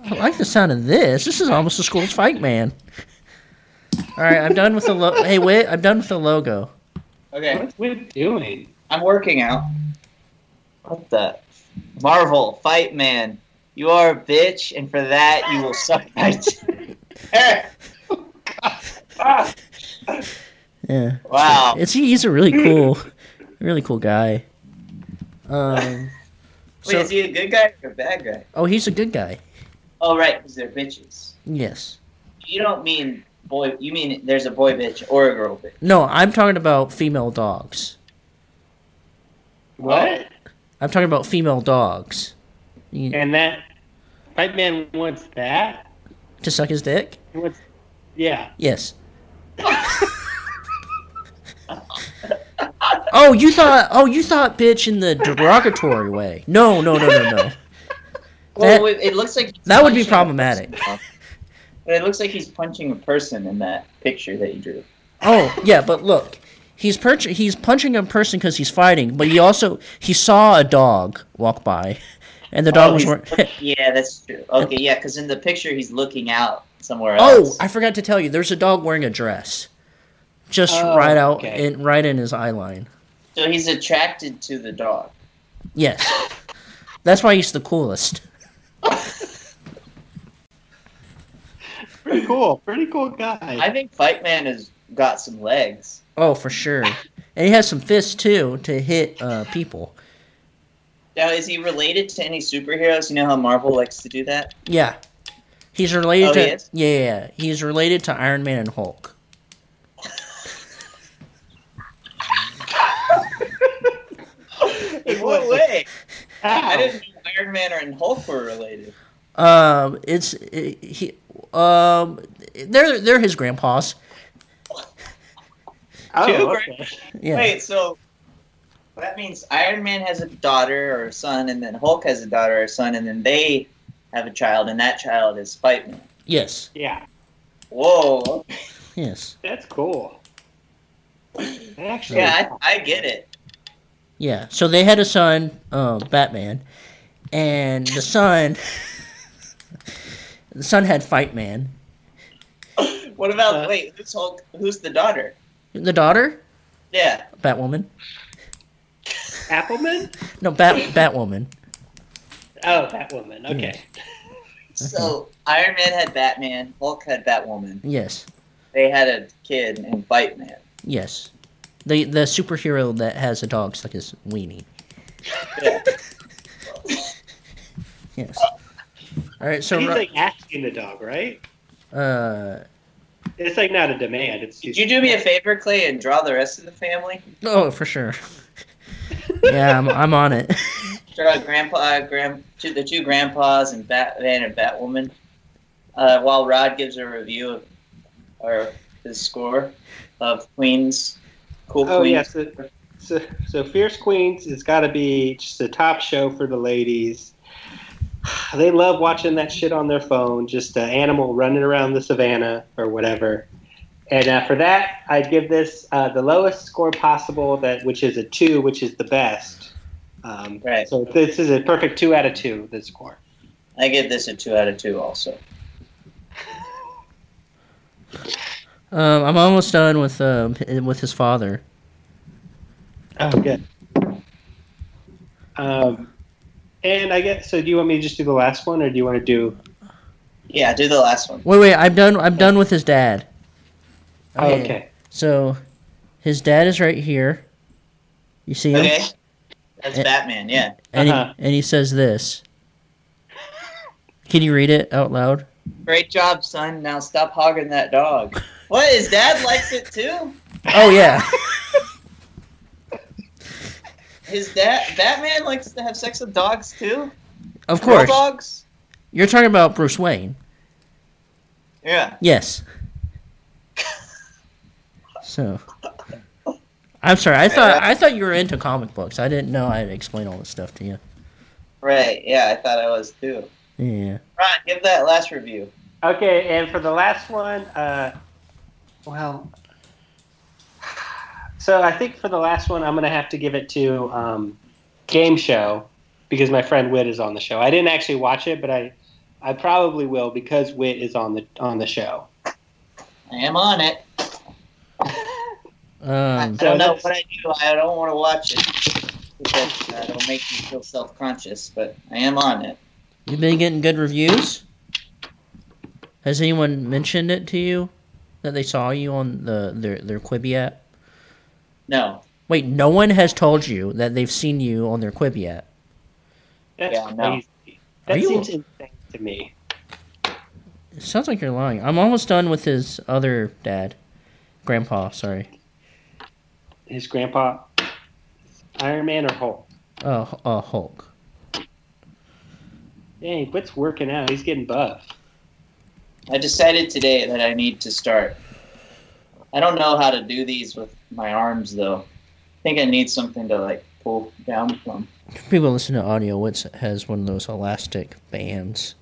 Speaker 2: I like the sound of this. This is almost a school's fight, man. All right, I'm done with the lo- Hey, wait, I'm done with the logo.
Speaker 4: Okay.
Speaker 3: What's Wib doing?
Speaker 4: I'm working out. What the? Marvel, Fight Man. You are a bitch, and for that, you will suck my dick.
Speaker 2: Yeah.
Speaker 4: Wow.
Speaker 2: It's he's a really cool, really cool guy. Um.
Speaker 4: Wait,
Speaker 2: So,
Speaker 4: is he a good guy or a bad guy?
Speaker 2: oh, he's a good guy.
Speaker 4: Oh, right, because they're bitches.
Speaker 2: Yes.
Speaker 4: You don't mean boy, you mean there's a boy bitch or a girl bitch.
Speaker 2: No, I'm talking about female dogs.
Speaker 3: What?
Speaker 2: I'm talking about female dogs. You-
Speaker 3: And that Fight Man wants that.
Speaker 2: to suck his dick?
Speaker 3: He wants, yeah.
Speaker 2: Yes. oh, you thought? Oh, you thought bitch in the derogatory way? No, no, no, no, no.
Speaker 4: Well,
Speaker 2: That-
Speaker 4: it looks like he's
Speaker 2: that would be
Speaker 4: punching a person.
Speaker 2: problematic.
Speaker 4: But it looks like he's punching a person in that picture that you drew.
Speaker 2: Oh, yeah, but look, he's perch- he's punching a person because he's fighting, but he also he saw a dog walk by, and the dog
Speaker 4: Oh,
Speaker 2: was.
Speaker 4: he's
Speaker 2: wearing-
Speaker 4: Yeah, that's true. Okay, yeah, because in the picture he's looking out somewhere
Speaker 2: oh,
Speaker 4: else.
Speaker 2: I forgot to tell you, there's a dog wearing a dress, just
Speaker 3: Oh,
Speaker 2: right out
Speaker 3: okay.
Speaker 2: in right in his eye line.
Speaker 4: so he's attracted to the dog.
Speaker 2: Yes, that's why he's the coolest.
Speaker 3: pretty cool. Pretty cool guy.
Speaker 4: I think Fight Man has got some legs.
Speaker 2: Oh, for sure. And he has some fists too to hit uh, people.
Speaker 4: Now, is he related to any superheroes? You know how Marvel likes to do that.
Speaker 2: Yeah, he's related
Speaker 4: Oh,
Speaker 2: to
Speaker 4: he is?
Speaker 2: yeah, yeah, yeah. He's related to Iron Man and Hulk.
Speaker 4: In what way? I
Speaker 3: Ow.
Speaker 4: didn't know Iron Man and Hulk were related.
Speaker 2: Um, it's it, he. Um, they're they're his grandpas.
Speaker 3: Oh,
Speaker 4: Two
Speaker 3: okay.
Speaker 4: grand-
Speaker 2: Yeah,
Speaker 4: Wait, so that means Iron Man has a daughter or a son, and then Hulk has a daughter or a son, and then they have a child, and that child is Fight Man.
Speaker 2: yes,
Speaker 3: Yeah,
Speaker 4: Whoa.
Speaker 2: yes,
Speaker 3: that's cool. Actually,
Speaker 4: Yeah, I, I get it.
Speaker 2: yeah. So they had a son, uh, Batman, and the son, the son had Fight Man.
Speaker 4: What
Speaker 3: Uh,
Speaker 4: about wait? Who's Hulk? Who's the daughter?
Speaker 2: The daughter,
Speaker 4: Yeah.
Speaker 2: Batwoman.
Speaker 3: Appleman.
Speaker 2: No, Bat Batwoman.
Speaker 3: Oh, Batwoman. Okay.
Speaker 4: So Iron Man had Batman, Hulk had Batwoman.
Speaker 2: Yes,
Speaker 4: They had a kid named Fight Man.
Speaker 2: yes. The the superhero that has a dog stuck his weenie.
Speaker 4: Yeah.
Speaker 2: Yes. All right. So
Speaker 3: He's
Speaker 2: Ro-
Speaker 3: like asking the dog, right?
Speaker 2: uh,
Speaker 3: It's like not a demand. It's
Speaker 4: Could
Speaker 3: just,
Speaker 4: you do me a favor, Clay, and draw the rest of the family?
Speaker 2: oh, for sure. yeah, I'm I'm on it.
Speaker 4: Draw Grandpa, uh, Grand, two, the two grandpas, and Batman and Batwoman. Uh, while Rod gives a review of or his score of Queens, cool
Speaker 3: Oh
Speaker 4: Queens.
Speaker 3: yes. So, so, so Fierce Queens has got to be just the top show for the ladies. They love watching that shit on their phone, just an animal running around the savannah or whatever. And uh, for that, I'd give this uh, the lowest score possible, that which is a two, which is the best. Um,
Speaker 4: Right.
Speaker 3: So this is a perfect two out of two. This score.
Speaker 4: I give this a two out of two. Also,
Speaker 2: Um, I'm almost done with um h- with his father.
Speaker 3: Oh, good. Um, and I guess so. Do you want me to just do the last one, or do you want to do?
Speaker 4: yeah, do the last one.
Speaker 2: Wait, wait. I'm done. I'm done with his dad.
Speaker 3: Oh, okay.
Speaker 2: So, his dad is right here. You see
Speaker 3: Mm-hmm.
Speaker 2: him,
Speaker 4: Okay, that's
Speaker 2: Eh.
Speaker 4: Batman. Yeah.
Speaker 2: and
Speaker 3: Uh-huh.
Speaker 2: he, and he says this. Can you read it out loud?
Speaker 4: Great job, son. Now stop hogging that dog. What? His dad likes it too?
Speaker 2: Oh yeah.
Speaker 4: His dad, Batman likes to have sex with dogs too?
Speaker 2: Of
Speaker 4: Real
Speaker 2: course.
Speaker 4: dogs?
Speaker 2: You're talking about Bruce Wayne.
Speaker 4: Yeah.
Speaker 2: Yes. so I'm sorry. I thought I thought you were into comic books. I didn't know I had to explain all this stuff to you.
Speaker 4: Right. Yeah, I thought I was too.
Speaker 2: Yeah.
Speaker 4: Ron, give that last review.
Speaker 3: Okay, and for the last one, uh, well, so I think for the last one, I'm going to have to give it to um, Game Show because my friend Wit is on the show. I didn't actually watch it, but I, I probably will because Wit is on the on the show.
Speaker 4: I am on it. I, I
Speaker 2: Um,
Speaker 4: don't know what I do. I don't want to watch it. Because uh, it'll make me feel self conscious, but I am on it.
Speaker 2: you've been getting good reviews. Has anyone mentioned it to you that they saw you on the their their Quibi app?
Speaker 4: No.
Speaker 2: Wait, no one has told you that they've seen you on their Quibi app.
Speaker 3: That's
Speaker 4: Yeah, no.
Speaker 3: crazy. That
Speaker 2: Are you-
Speaker 3: seems insane to me.
Speaker 2: It sounds like you're lying. I'm almost done with his other dad, grandpa. Sorry.
Speaker 3: His grandpa, Iron Man or Hulk?
Speaker 2: Uh, H- uh Hulk.
Speaker 3: Dang, Wit's working out. He's getting buff.
Speaker 4: I decided today that I need to start. I don't know how to do these with my arms though. I think I need something to like pull down from.
Speaker 2: people listen to audio wits has one of those elastic bands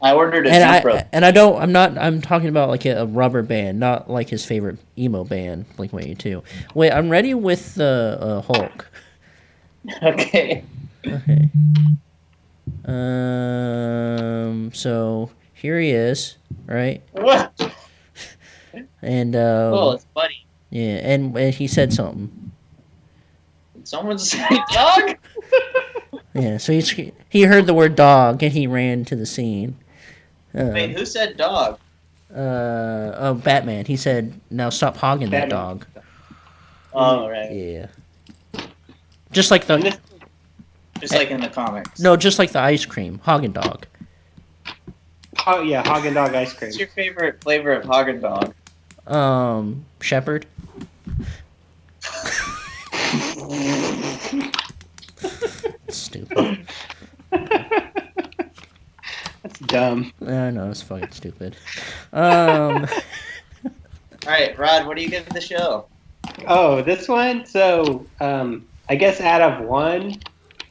Speaker 4: I ordered a
Speaker 2: and
Speaker 4: jump
Speaker 2: i
Speaker 4: rope.
Speaker 2: and i don't i'm not i'm talking about like a, a rubber band not like his favorite emo band blink 182 wait i'm ready with the uh, hulk
Speaker 4: Okay.
Speaker 2: okay um so here he is right
Speaker 4: What?
Speaker 2: and uh
Speaker 4: Cool, it's buddy.
Speaker 2: yeah and, and he said something
Speaker 4: Someone say
Speaker 2: uh,
Speaker 4: dog?
Speaker 2: yeah so he's, he heard the word dog and he ran to the scene
Speaker 4: Wait, who said dog?
Speaker 2: Uh, oh, Batman. He said, "Now stop hogging that
Speaker 3: Batman.
Speaker 2: dog."
Speaker 4: Oh, right.
Speaker 2: Yeah. Just like
Speaker 3: And
Speaker 2: the
Speaker 3: this-
Speaker 4: Just like in the comics.
Speaker 2: no, just like the ice cream, Haagen Dog.
Speaker 3: Oh yeah, Haagen Dog ice cream.
Speaker 4: What's your favorite flavor of Haagen Dog?
Speaker 2: Um, Shepherd. stupid.
Speaker 3: That's dumb.
Speaker 2: I know it's fucking stupid. Um,
Speaker 4: All right, Rod, what do you give the show?
Speaker 3: Oh, this one. So um, I guess out of one,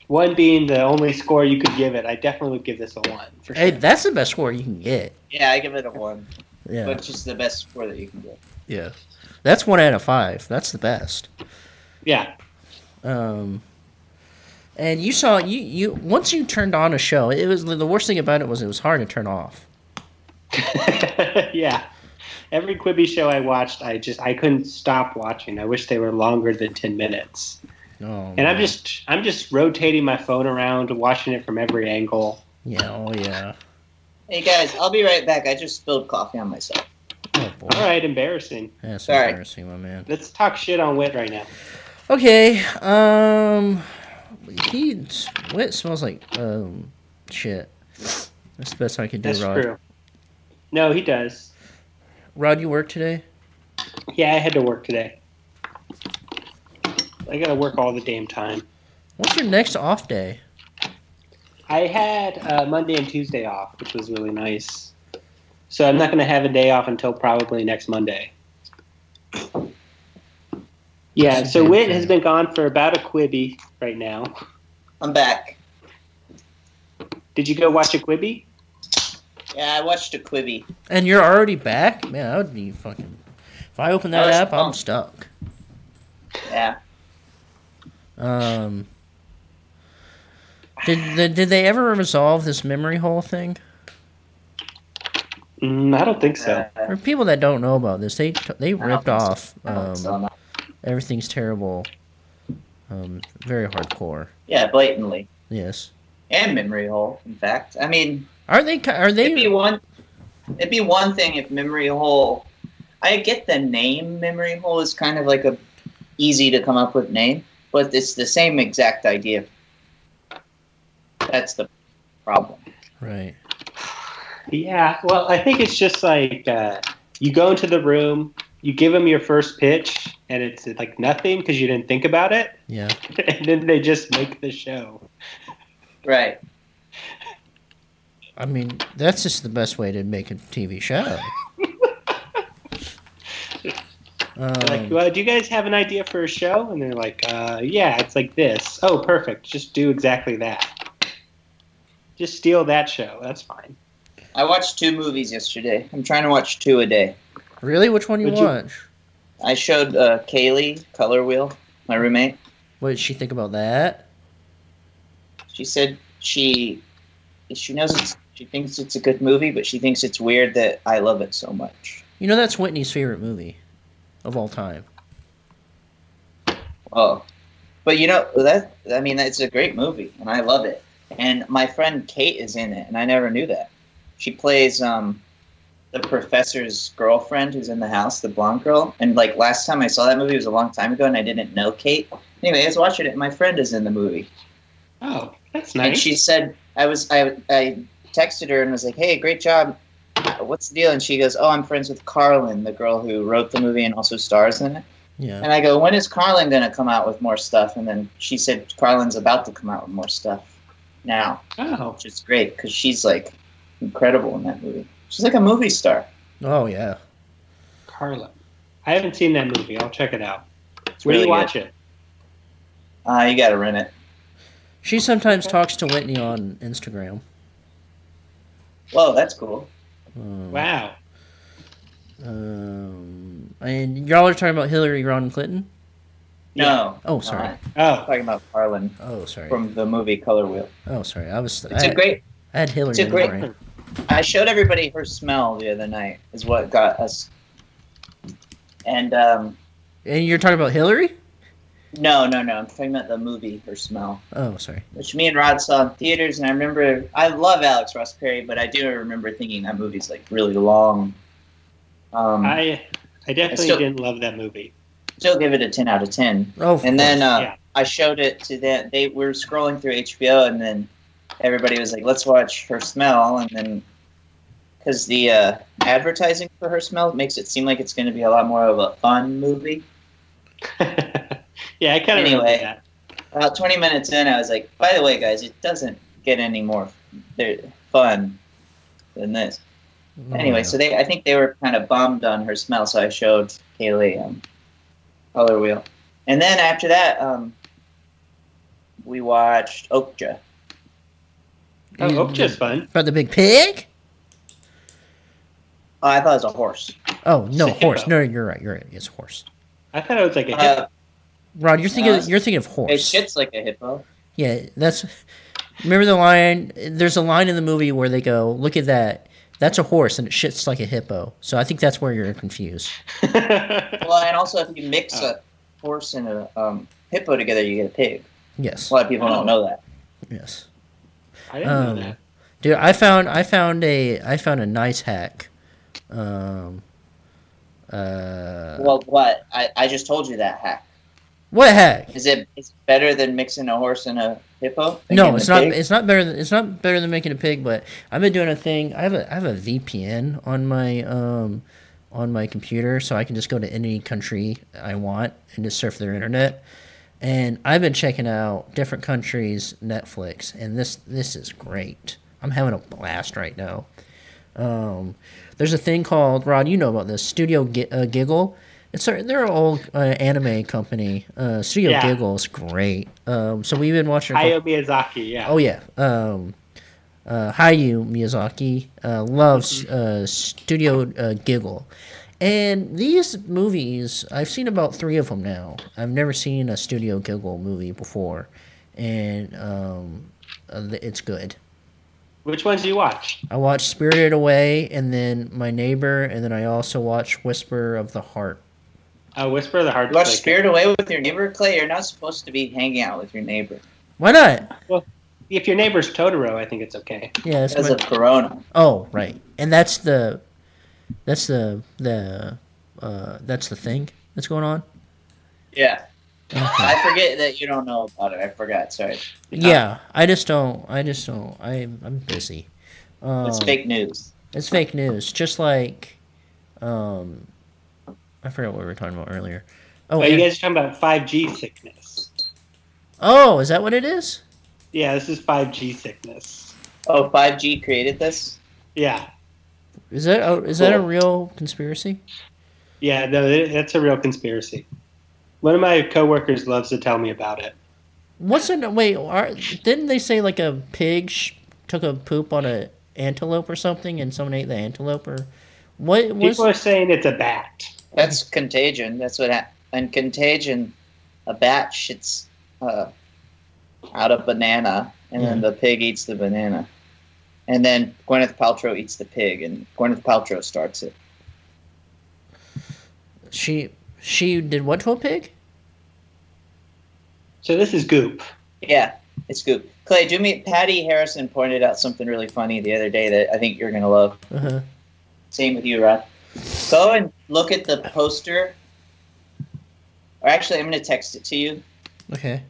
Speaker 3: one being the only score you could give it, I definitely would give this a one for sure.
Speaker 2: hey, that's the best score you can get.
Speaker 4: Yeah, I give it a one,
Speaker 2: Yeah,
Speaker 4: which is the best score that you can get.
Speaker 2: yeah. That's one out of five. That's the best.
Speaker 3: yeah,
Speaker 2: Um, and you saw you you once you turned on a show, it was the worst thing about it was it was hard to turn off.
Speaker 3: yeah. Every Quibi show I watched, I just I couldn't stop watching. I wish they were longer than ten minutes.
Speaker 2: Oh,
Speaker 3: And I'm
Speaker 2: man.
Speaker 3: just I'm just rotating my phone around, watching it from every angle.
Speaker 2: yeah, oh yeah,
Speaker 4: Hey guys, I'll be right back. I just spilled coffee on myself.
Speaker 2: oh boy,
Speaker 3: All right, embarrassing.
Speaker 2: that's
Speaker 4: Sorry.
Speaker 2: embarrassing, my man.
Speaker 3: Let's talk shit on Wit right now.
Speaker 2: Okay, um, he what smells like um shit. That's the best I could do,
Speaker 3: That's
Speaker 2: Rod.
Speaker 3: true. No, he does.
Speaker 2: Rod, you work today?
Speaker 3: Yeah, I had to work today. I gotta work all the damn time.
Speaker 2: What's your next off day?
Speaker 3: I had uh, Monday and Tuesday off, which was really nice. So I'm not gonna have a day off until probably next Monday. Yeah, so Wit has been gone for about a quibby right now.
Speaker 4: I'm back.
Speaker 3: Did you go watch a quibby?
Speaker 4: Yeah, I watched a Quibi.
Speaker 2: And you're already back? Man, I would be fucking. If I open that
Speaker 4: I was
Speaker 2: app, I'm
Speaker 4: pumped.
Speaker 2: stuck.
Speaker 4: Yeah,
Speaker 2: Um, did the, did they ever resolve this memory hole thing?
Speaker 3: Mm, I don't think so.
Speaker 4: Uh,
Speaker 2: For people that don't know about this, they they
Speaker 4: don't
Speaker 2: ripped
Speaker 4: think so.
Speaker 2: off.
Speaker 4: I don't- so
Speaker 2: Um,
Speaker 4: not-
Speaker 2: everything's terrible. Um, very hardcore.
Speaker 4: yeah, blatantly
Speaker 2: Yes.
Speaker 4: and memory hole. In fact, I mean,
Speaker 2: Are they? ki- Are
Speaker 4: it'd be
Speaker 2: they?
Speaker 4: one. It'd be one thing if memory hole. I get the name memory hole is kind of like a easy to come up with name, but it's the same exact idea. That's the problem.
Speaker 2: Right.
Speaker 3: Yeah, well, I think it's just like uh, you go into the room, you give them your first pitch, and it's like nothing because you didn't think about it,
Speaker 2: Yeah.
Speaker 3: and then they just make the show.
Speaker 4: Right.
Speaker 2: I mean, that's just the best way to make a TV show.
Speaker 3: like,
Speaker 2: Um,
Speaker 3: well, do you guys have an idea for a show? And they're like, uh, yeah, it's like this. Oh, perfect. Just do exactly that. Just steal that show. That's fine.
Speaker 4: I watched two movies yesterday. I'm trying to watch two a day.
Speaker 2: really? Which one you
Speaker 3: would you-
Speaker 2: watch?
Speaker 4: I showed uh, Kaylee Color Wheel, my roommate.
Speaker 2: What did she think about that?
Speaker 4: She said she she knows it's she thinks it's a good movie, but she thinks it's weird that I love it so much.
Speaker 2: You know, that's Whitney's favorite movie of all time.
Speaker 4: Oh, but you know that I mean it's a great movie and I love it. And my friend Kate is in it, and I never knew that. She plays um, the professor's girlfriend who's in the house, the blonde girl. And like last time I saw that movie was a long time ago, and I didn't know Kate. Anyway, I was watching it, and my friend is in the movie.
Speaker 3: Oh, that's
Speaker 4: And
Speaker 3: nice.
Speaker 4: she said, I was, I, I texted her and was like, hey, great job. What's the deal? And she goes, oh, I'm friends with Carlin, the girl who wrote the movie and also stars in it.
Speaker 2: Yeah.
Speaker 4: And I go, when is Carlin going to come out with more stuff? And then she said, Carlin's about to come out with more stuff now,
Speaker 3: oh,
Speaker 4: which is great because she's like incredible in that movie. She's like a movie star.
Speaker 2: Oh, yeah.
Speaker 3: Carla. I haven't seen that movie. I'll check it out.
Speaker 4: It's
Speaker 3: Where do
Speaker 4: really
Speaker 3: you watch
Speaker 4: good.
Speaker 3: it?
Speaker 4: Uh, you got to rent it.
Speaker 2: She sometimes talks to Whitney on Instagram.
Speaker 4: Whoa, that's cool.
Speaker 2: Um,
Speaker 3: Wow.
Speaker 2: Um, and y'all are talking about Hillary Rodham Clinton?
Speaker 4: No.
Speaker 2: Oh, sorry.
Speaker 4: No, I'm
Speaker 3: Oh,
Speaker 4: talking about Carlin
Speaker 2: Oh, sorry.
Speaker 4: from the movie Color Wheel.
Speaker 2: oh, sorry. I was.
Speaker 4: It's
Speaker 2: I,
Speaker 4: a great
Speaker 2: I had Hillary
Speaker 4: it's a
Speaker 2: in
Speaker 4: great-
Speaker 2: the brain.
Speaker 4: I showed everybody her smell the other night. Is what got us. And um,
Speaker 2: And you're talking about Hillary?
Speaker 4: No, no, no. I'm talking about the movie Her Smell,
Speaker 2: Oh, sorry.
Speaker 4: which me and Rod saw in theaters, and I remember I love Alex Ross Perry, but I do remember thinking that movie's like really long. Um, I
Speaker 3: I I definitely
Speaker 4: still-
Speaker 3: didn't love that movie.
Speaker 4: still give it a ten out of ten.
Speaker 2: Oh, of
Speaker 4: and then
Speaker 2: course.
Speaker 4: uh,
Speaker 3: yeah.
Speaker 4: I showed it to them. They were scrolling through HBO, and then everybody was like, "Let's watch Her Smell," and then because the uh, advertising for Her Smell makes it seem like it's going to be a lot more of a fun movie.
Speaker 3: yeah, I kind of
Speaker 4: Anyway.
Speaker 3: remember that.
Speaker 4: About twenty minutes in, I was like, "By the way, guys, it doesn't get any more there- fun than this."
Speaker 2: Oh,
Speaker 4: anyway,
Speaker 2: yeah.
Speaker 4: so they, I think they were kind of bummed on her smell, so I showed Kaylee um, Color Wheel, and then after that, um, we watched Okja.
Speaker 3: Oh,
Speaker 2: You-
Speaker 3: Okja's fun.
Speaker 2: about the big pig.
Speaker 4: Oh, I thought it was a horse.
Speaker 2: Oh no,
Speaker 3: It's a
Speaker 2: horse.
Speaker 3: hippo.
Speaker 2: No, you're right. You're right. It's horse.
Speaker 3: I thought it was like a hip.
Speaker 4: Uh,
Speaker 2: Rod, you're thinking.
Speaker 4: Uh,
Speaker 2: you're thinking of
Speaker 4: it
Speaker 2: horse.
Speaker 4: shits like a hippo.
Speaker 2: Yeah, that's. Remember the line? There's a line in the movie where they go, "Look at that. That's a horse, and it shits like a hippo." So I think that's where you're confused.
Speaker 4: Well, and also if you mix
Speaker 3: Oh.
Speaker 4: a horse and a um, hippo together, you get a pig.
Speaker 2: Yes.
Speaker 4: A lot of people don't know that.
Speaker 2: Yes.
Speaker 3: I didn't
Speaker 2: Um,
Speaker 3: know that.
Speaker 2: Dude, I found I found a I found a nice hack. Um. Uh.
Speaker 4: Well, what I, I just told you that hack.
Speaker 2: what hack?
Speaker 4: Is it is it better than mixing a horse and a hippo? and
Speaker 2: No,
Speaker 4: getting
Speaker 2: it's
Speaker 4: a
Speaker 2: not.
Speaker 4: pig?
Speaker 2: It's not better. Than, it's not better than making a pig. But I've been doing a thing. I have a I have a VPN on my um on my computer, so I can just go to any country I want and just surf their internet. And I've been checking out different countries' Netflix, and this this is great. I'm having a blast right now. Um, there's a thing called Rod. You know about this Studio Gi- uh, Giggle. It's a, they're an old uh, anime company. Uh, Studio
Speaker 3: Yeah.
Speaker 2: Giggle's great. Um, so we've been watching. a couple-
Speaker 3: Hayao Miyazaki. Yeah.
Speaker 2: Oh yeah. Um, uh, Hayao Miyazaki uh, loves uh, Studio uh, Giggle, and these movies I've seen about three of them now. I've never seen a Studio Giggle movie before, and um, uh, th- it's good.
Speaker 3: Which ones do you watch?
Speaker 2: I watched Spirited Away, and then My Neighbor, and then I also watched Whisper of the Heart.
Speaker 3: Uh, Whisper of the Heart.
Speaker 4: You watch
Speaker 3: like-
Speaker 4: Spirit Away with your neighbor, Clay. You're not supposed to be hanging out with your neighbor
Speaker 2: Why not?
Speaker 3: If your neighbor's Totoro, I think it's okay.
Speaker 2: Yeah, that's
Speaker 4: because
Speaker 2: my-
Speaker 4: of Corona.
Speaker 2: Oh, right. And that's the that's the the uh that's the thing that's going on.
Speaker 4: Yeah,
Speaker 2: Okay.
Speaker 4: I forget that you don't know about it. I forgot. Sorry,
Speaker 2: Yeah, I just don't I just don't I I'm busy. Um,
Speaker 4: it's fake news.
Speaker 2: It's fake news. Just like um I forgot what we were talking about earlier. Oh,
Speaker 3: But you
Speaker 2: and-
Speaker 3: guys are talking about 5G sickness.
Speaker 2: oh, is that what it is?
Speaker 3: Yeah, this is 5G sickness.
Speaker 4: Oh, 5G created this.
Speaker 3: Yeah.
Speaker 2: Is that a, is that a
Speaker 4: Cool.
Speaker 2: real conspiracy?
Speaker 3: Yeah, no, th- that's a real conspiracy. One of my coworkers loves to tell me about it.
Speaker 2: What's in wait? Are, didn't they say like a pig sh- took a poop on a antelope or something, and someone ate the antelope or what? Was,
Speaker 3: People are saying it's a bat.
Speaker 4: That's contagion. That's what happened. And contagion, a bat shits uh, out a banana, and then the pig eats the banana, and then Gwyneth Paltrow eats the pig, and Gwyneth Paltrow starts it.
Speaker 2: she she did what to a pig?
Speaker 3: So this is goop.
Speaker 4: Yeah, it's good. Clay, do me. Patty Harrison pointed out something really funny the other day that I think you're gonna love.
Speaker 2: Uh-huh.
Speaker 4: Same with you, Rod. Go and look at the poster. Or actually, I'm going to text it to you.
Speaker 2: Okay.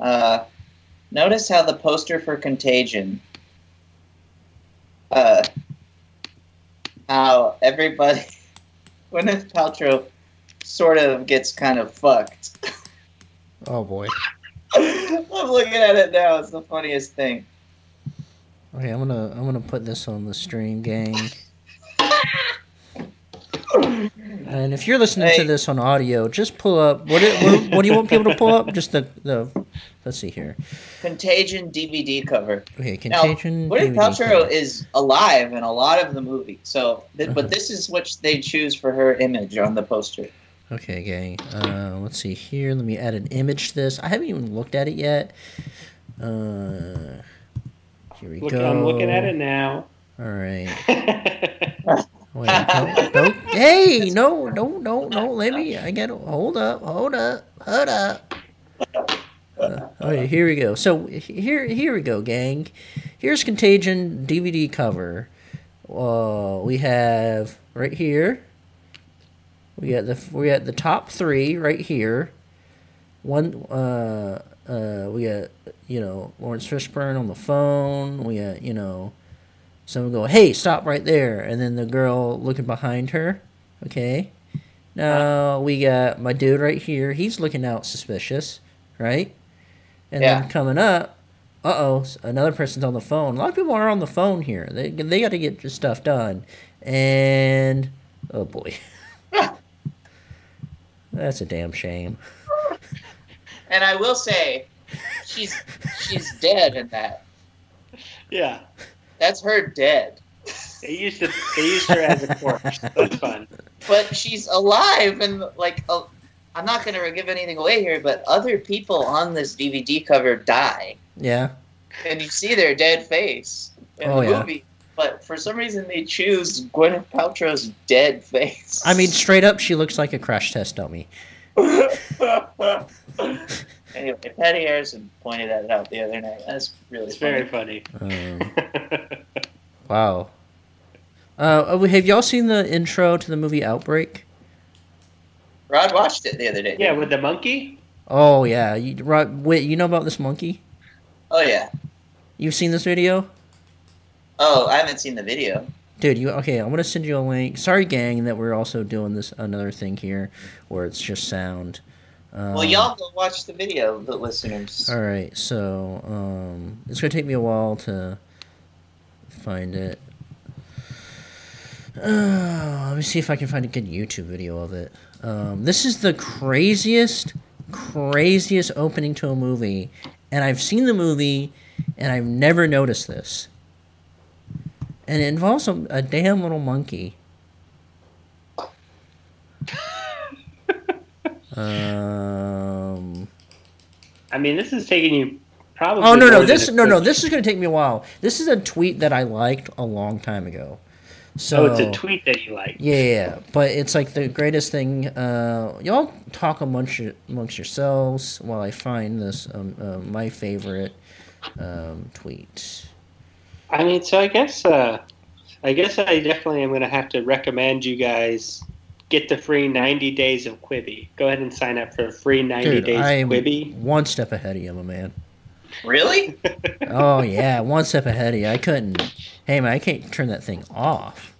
Speaker 4: Uh, notice how the poster for Contagion, uh, how everybody, Gwyneth Paltrow, sort of gets kind of fucked.
Speaker 2: Oh boy.
Speaker 4: I'm looking at it now. It's the funniest thing.
Speaker 2: Okay, I'm gonna I'm gonna put this on the stream, gang. And if you're listening to
Speaker 4: Hey.
Speaker 2: this on audio, just pull up. What, it, what, what do you want people to pull up? Just the, the let's see here.
Speaker 4: Contagion DVD cover.
Speaker 2: Okay,
Speaker 4: Now,
Speaker 2: contagion.
Speaker 4: Gwyneth
Speaker 2: DVD
Speaker 4: Paltrow is alive in a lot of the movie, so th-
Speaker 2: Uh-huh.
Speaker 4: but this is what they choose for her image on the poster.
Speaker 2: Okay, gang. Uh, let's see here. Let me add an image to this. I haven't even looked at it yet. Uh, here we
Speaker 3: Look,
Speaker 2: go.
Speaker 3: I'm looking at it now.
Speaker 2: All right. Wait, don't, don't, hey, no, no, no, no, let me. I get hold up, hold up, hold up. Uh, oh yeah, here we go. So here, here we go, gang. Here's Contagion DVD cover. Uh, we have right here. We got the we got the top three right here. One, uh, uh, we got you know Lawrence Fishburne on the phone. We got you know someone go, hey, stop right there. And then the girl looking behind her. Okay. Now we got my dude right here. He's looking out suspicious, right? And
Speaker 4: Yeah.
Speaker 2: then coming up, uh oh, another person's on the phone. A lot of people are on the phone here. They, they got to get your stuff done. And, oh boy. That's a damn shame.
Speaker 4: And I will say, she's she's dead in that.
Speaker 3: Yeah.
Speaker 4: That's her dead.
Speaker 3: They used to, they used her as a corpse. That's fun.
Speaker 4: But she's alive, and like, uh, I'm not going to give anything away here, but other people on this DVD cover die,
Speaker 2: Yeah.
Speaker 4: and you see their dead face in
Speaker 2: Oh,
Speaker 4: the
Speaker 2: yeah.
Speaker 4: movie. But for some reason, they choose Gwyneth Paltrow's dead face.
Speaker 2: I mean, straight up, she looks like a crash test dummy.
Speaker 4: anyway, Patty Harrison pointed that out the other night. That's really
Speaker 3: It's
Speaker 4: funny.
Speaker 3: very funny.
Speaker 2: Um, Wow. Uh, oh, have y'all seen the intro to the movie Outbreak?
Speaker 4: Rod watched it the other day.
Speaker 3: yeah,
Speaker 4: didn't
Speaker 3: with the monkey.
Speaker 2: Oh yeah. You, right, wait, you know about this monkey?
Speaker 4: he? Oh yeah.
Speaker 2: You've seen this video,
Speaker 4: Oh, I haven't seen the video.
Speaker 2: dude. You okay? I'm gonna send you a link. Sorry, gang, that we're also doing this another thing here, where it's just sound. Um,
Speaker 4: Well, y'all go watch the video, the listeners.
Speaker 2: All right, so um, it's gonna take me a while to find it. Uh, let me see if I can find a good YouTube video of it. Um, this is the craziest, craziest opening to a movie, and I've seen the movie, and I've never noticed this. And it involves a, a damn little monkey. um.
Speaker 3: I mean, this is taking you probably.
Speaker 2: Oh no
Speaker 3: more
Speaker 2: no
Speaker 3: than
Speaker 2: this
Speaker 3: a
Speaker 2: no no
Speaker 3: quick-
Speaker 2: this is gonna take me a while. This is a tweet that I liked a long time ago. So
Speaker 3: Oh, it's a tweet that you like.
Speaker 2: Yeah, yeah, but it's like the greatest thing. Uh, y'all talk amongst your, amongst yourselves while I find this um, uh, my favorite um, tweet.
Speaker 3: I mean, so I guess uh, I guess I definitely am going to have to recommend you guys get the free 90 days of Quibi. Go ahead and sign up for a free 90
Speaker 2: Dude,
Speaker 3: days
Speaker 2: I am
Speaker 3: of Quibi.
Speaker 2: one step ahead of you, my man.
Speaker 4: Really?
Speaker 2: Oh yeah, one step ahead of you. I couldn't. Hey man, I can't turn that thing off.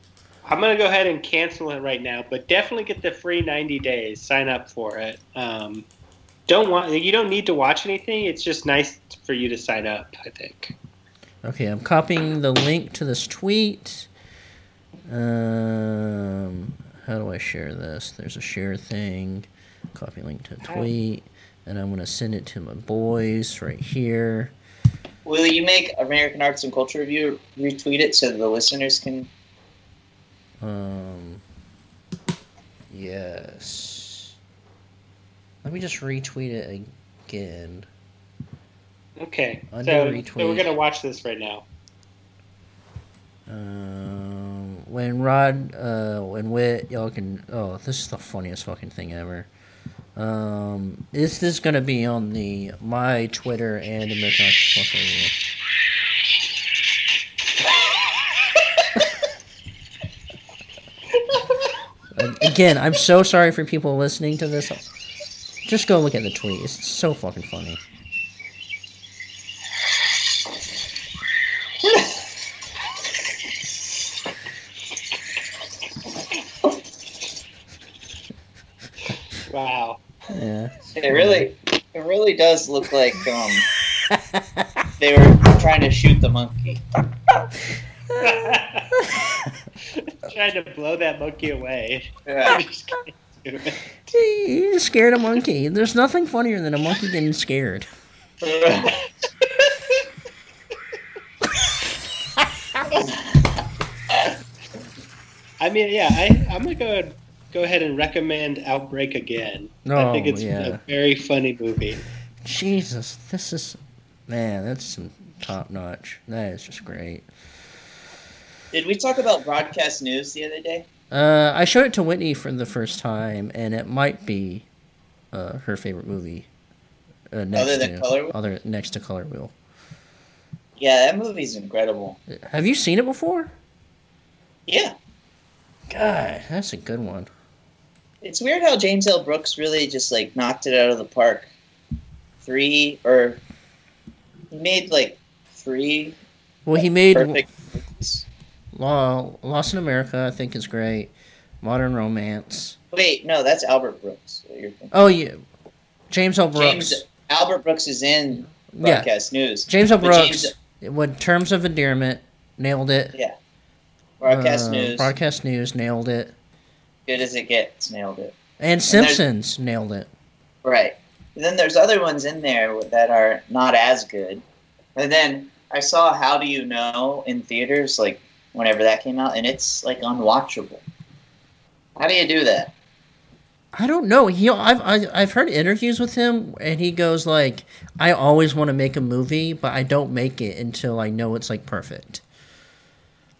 Speaker 3: I'm going to go ahead and cancel it right now, but definitely get the free 90 days. Sign up for it. Um, don't want you don't need to watch anything. It's just nice for you to sign up. I think.
Speaker 2: Okay, I'm copying the link to this tweet. Um, how do I share this? There's a share thing. Copy link to tweet, and I'm gonna send it to my boys right here.
Speaker 4: Will you make American Arts and Culture Review retweet it so the listeners can?
Speaker 2: Um, yes. Let me just retweet it again.
Speaker 3: Okay, so,
Speaker 2: Undo
Speaker 3: so
Speaker 2: retweet.
Speaker 3: we're going to watch this right now.
Speaker 2: Um, when Rod, uh, when Wit, y'all can. Oh, this is the funniest fucking thing ever. Um, is this gonna be on the my Twitter and American Arts and Culture Review? Um, Again, I'm so sorry for people listening to this. Just go look at the tweet. It's so fucking funny.
Speaker 3: Wow.
Speaker 2: Yeah.
Speaker 4: It really, it really does look like um, they were trying to shoot the monkey.
Speaker 3: Trying to blow that monkey away.
Speaker 4: Yeah.
Speaker 3: Just can't do it.
Speaker 2: Gee, You scared a monkey. There's nothing funnier than a monkey getting scared.
Speaker 3: I mean, yeah, I, I'm gonna go ahead, go ahead and recommend Outbreak again. I think
Speaker 2: Oh,
Speaker 3: it's
Speaker 2: yeah.
Speaker 3: a very funny movie.
Speaker 2: Jesus, this is man, that's some top notch. That is just great.
Speaker 4: Did we talk about broadcast news the other day?
Speaker 2: Uh, I showed it to Whitney for the first time, and it might be uh, her favorite movie. Uh, next
Speaker 4: Other than
Speaker 2: to,
Speaker 4: Color Wheel?
Speaker 2: Other next to Color Wheel.
Speaker 4: Yeah, that movie's incredible.
Speaker 2: Have you seen it before?
Speaker 4: Yeah,
Speaker 2: God, that's a good one.
Speaker 4: it's weird how James L. Brooks really just like knocked it out of the park. Three or he made like three
Speaker 2: Well, he made
Speaker 4: perfect. movies.
Speaker 2: Law, Lost in America. I think is great. Modern Romance.
Speaker 4: Wait, no, that's Albert Brooks. You're thinking-
Speaker 2: Oh yeah, James L. Brooks.
Speaker 4: James Albert Brooks is in
Speaker 2: Yeah.
Speaker 4: broadcast news.
Speaker 2: James L.
Speaker 4: But
Speaker 2: Brooks. When Terms of Endearment nailed it.
Speaker 4: yeah, broadcast
Speaker 2: Uh,
Speaker 4: news.
Speaker 2: Broadcast News nailed it.
Speaker 4: good as it gets, nailed it.
Speaker 2: And Simpsons nailed it.
Speaker 4: Right. And then there's other ones in there that are not as good. And then I saw How Do You Know in theaters, like whenever that came out, and it's like unwatchable. How do you do that?
Speaker 2: I don't know. He, I've, I, I've heard interviews with him, and he goes like, "I always want to make a movie, but I don't make it until I know it's like perfect.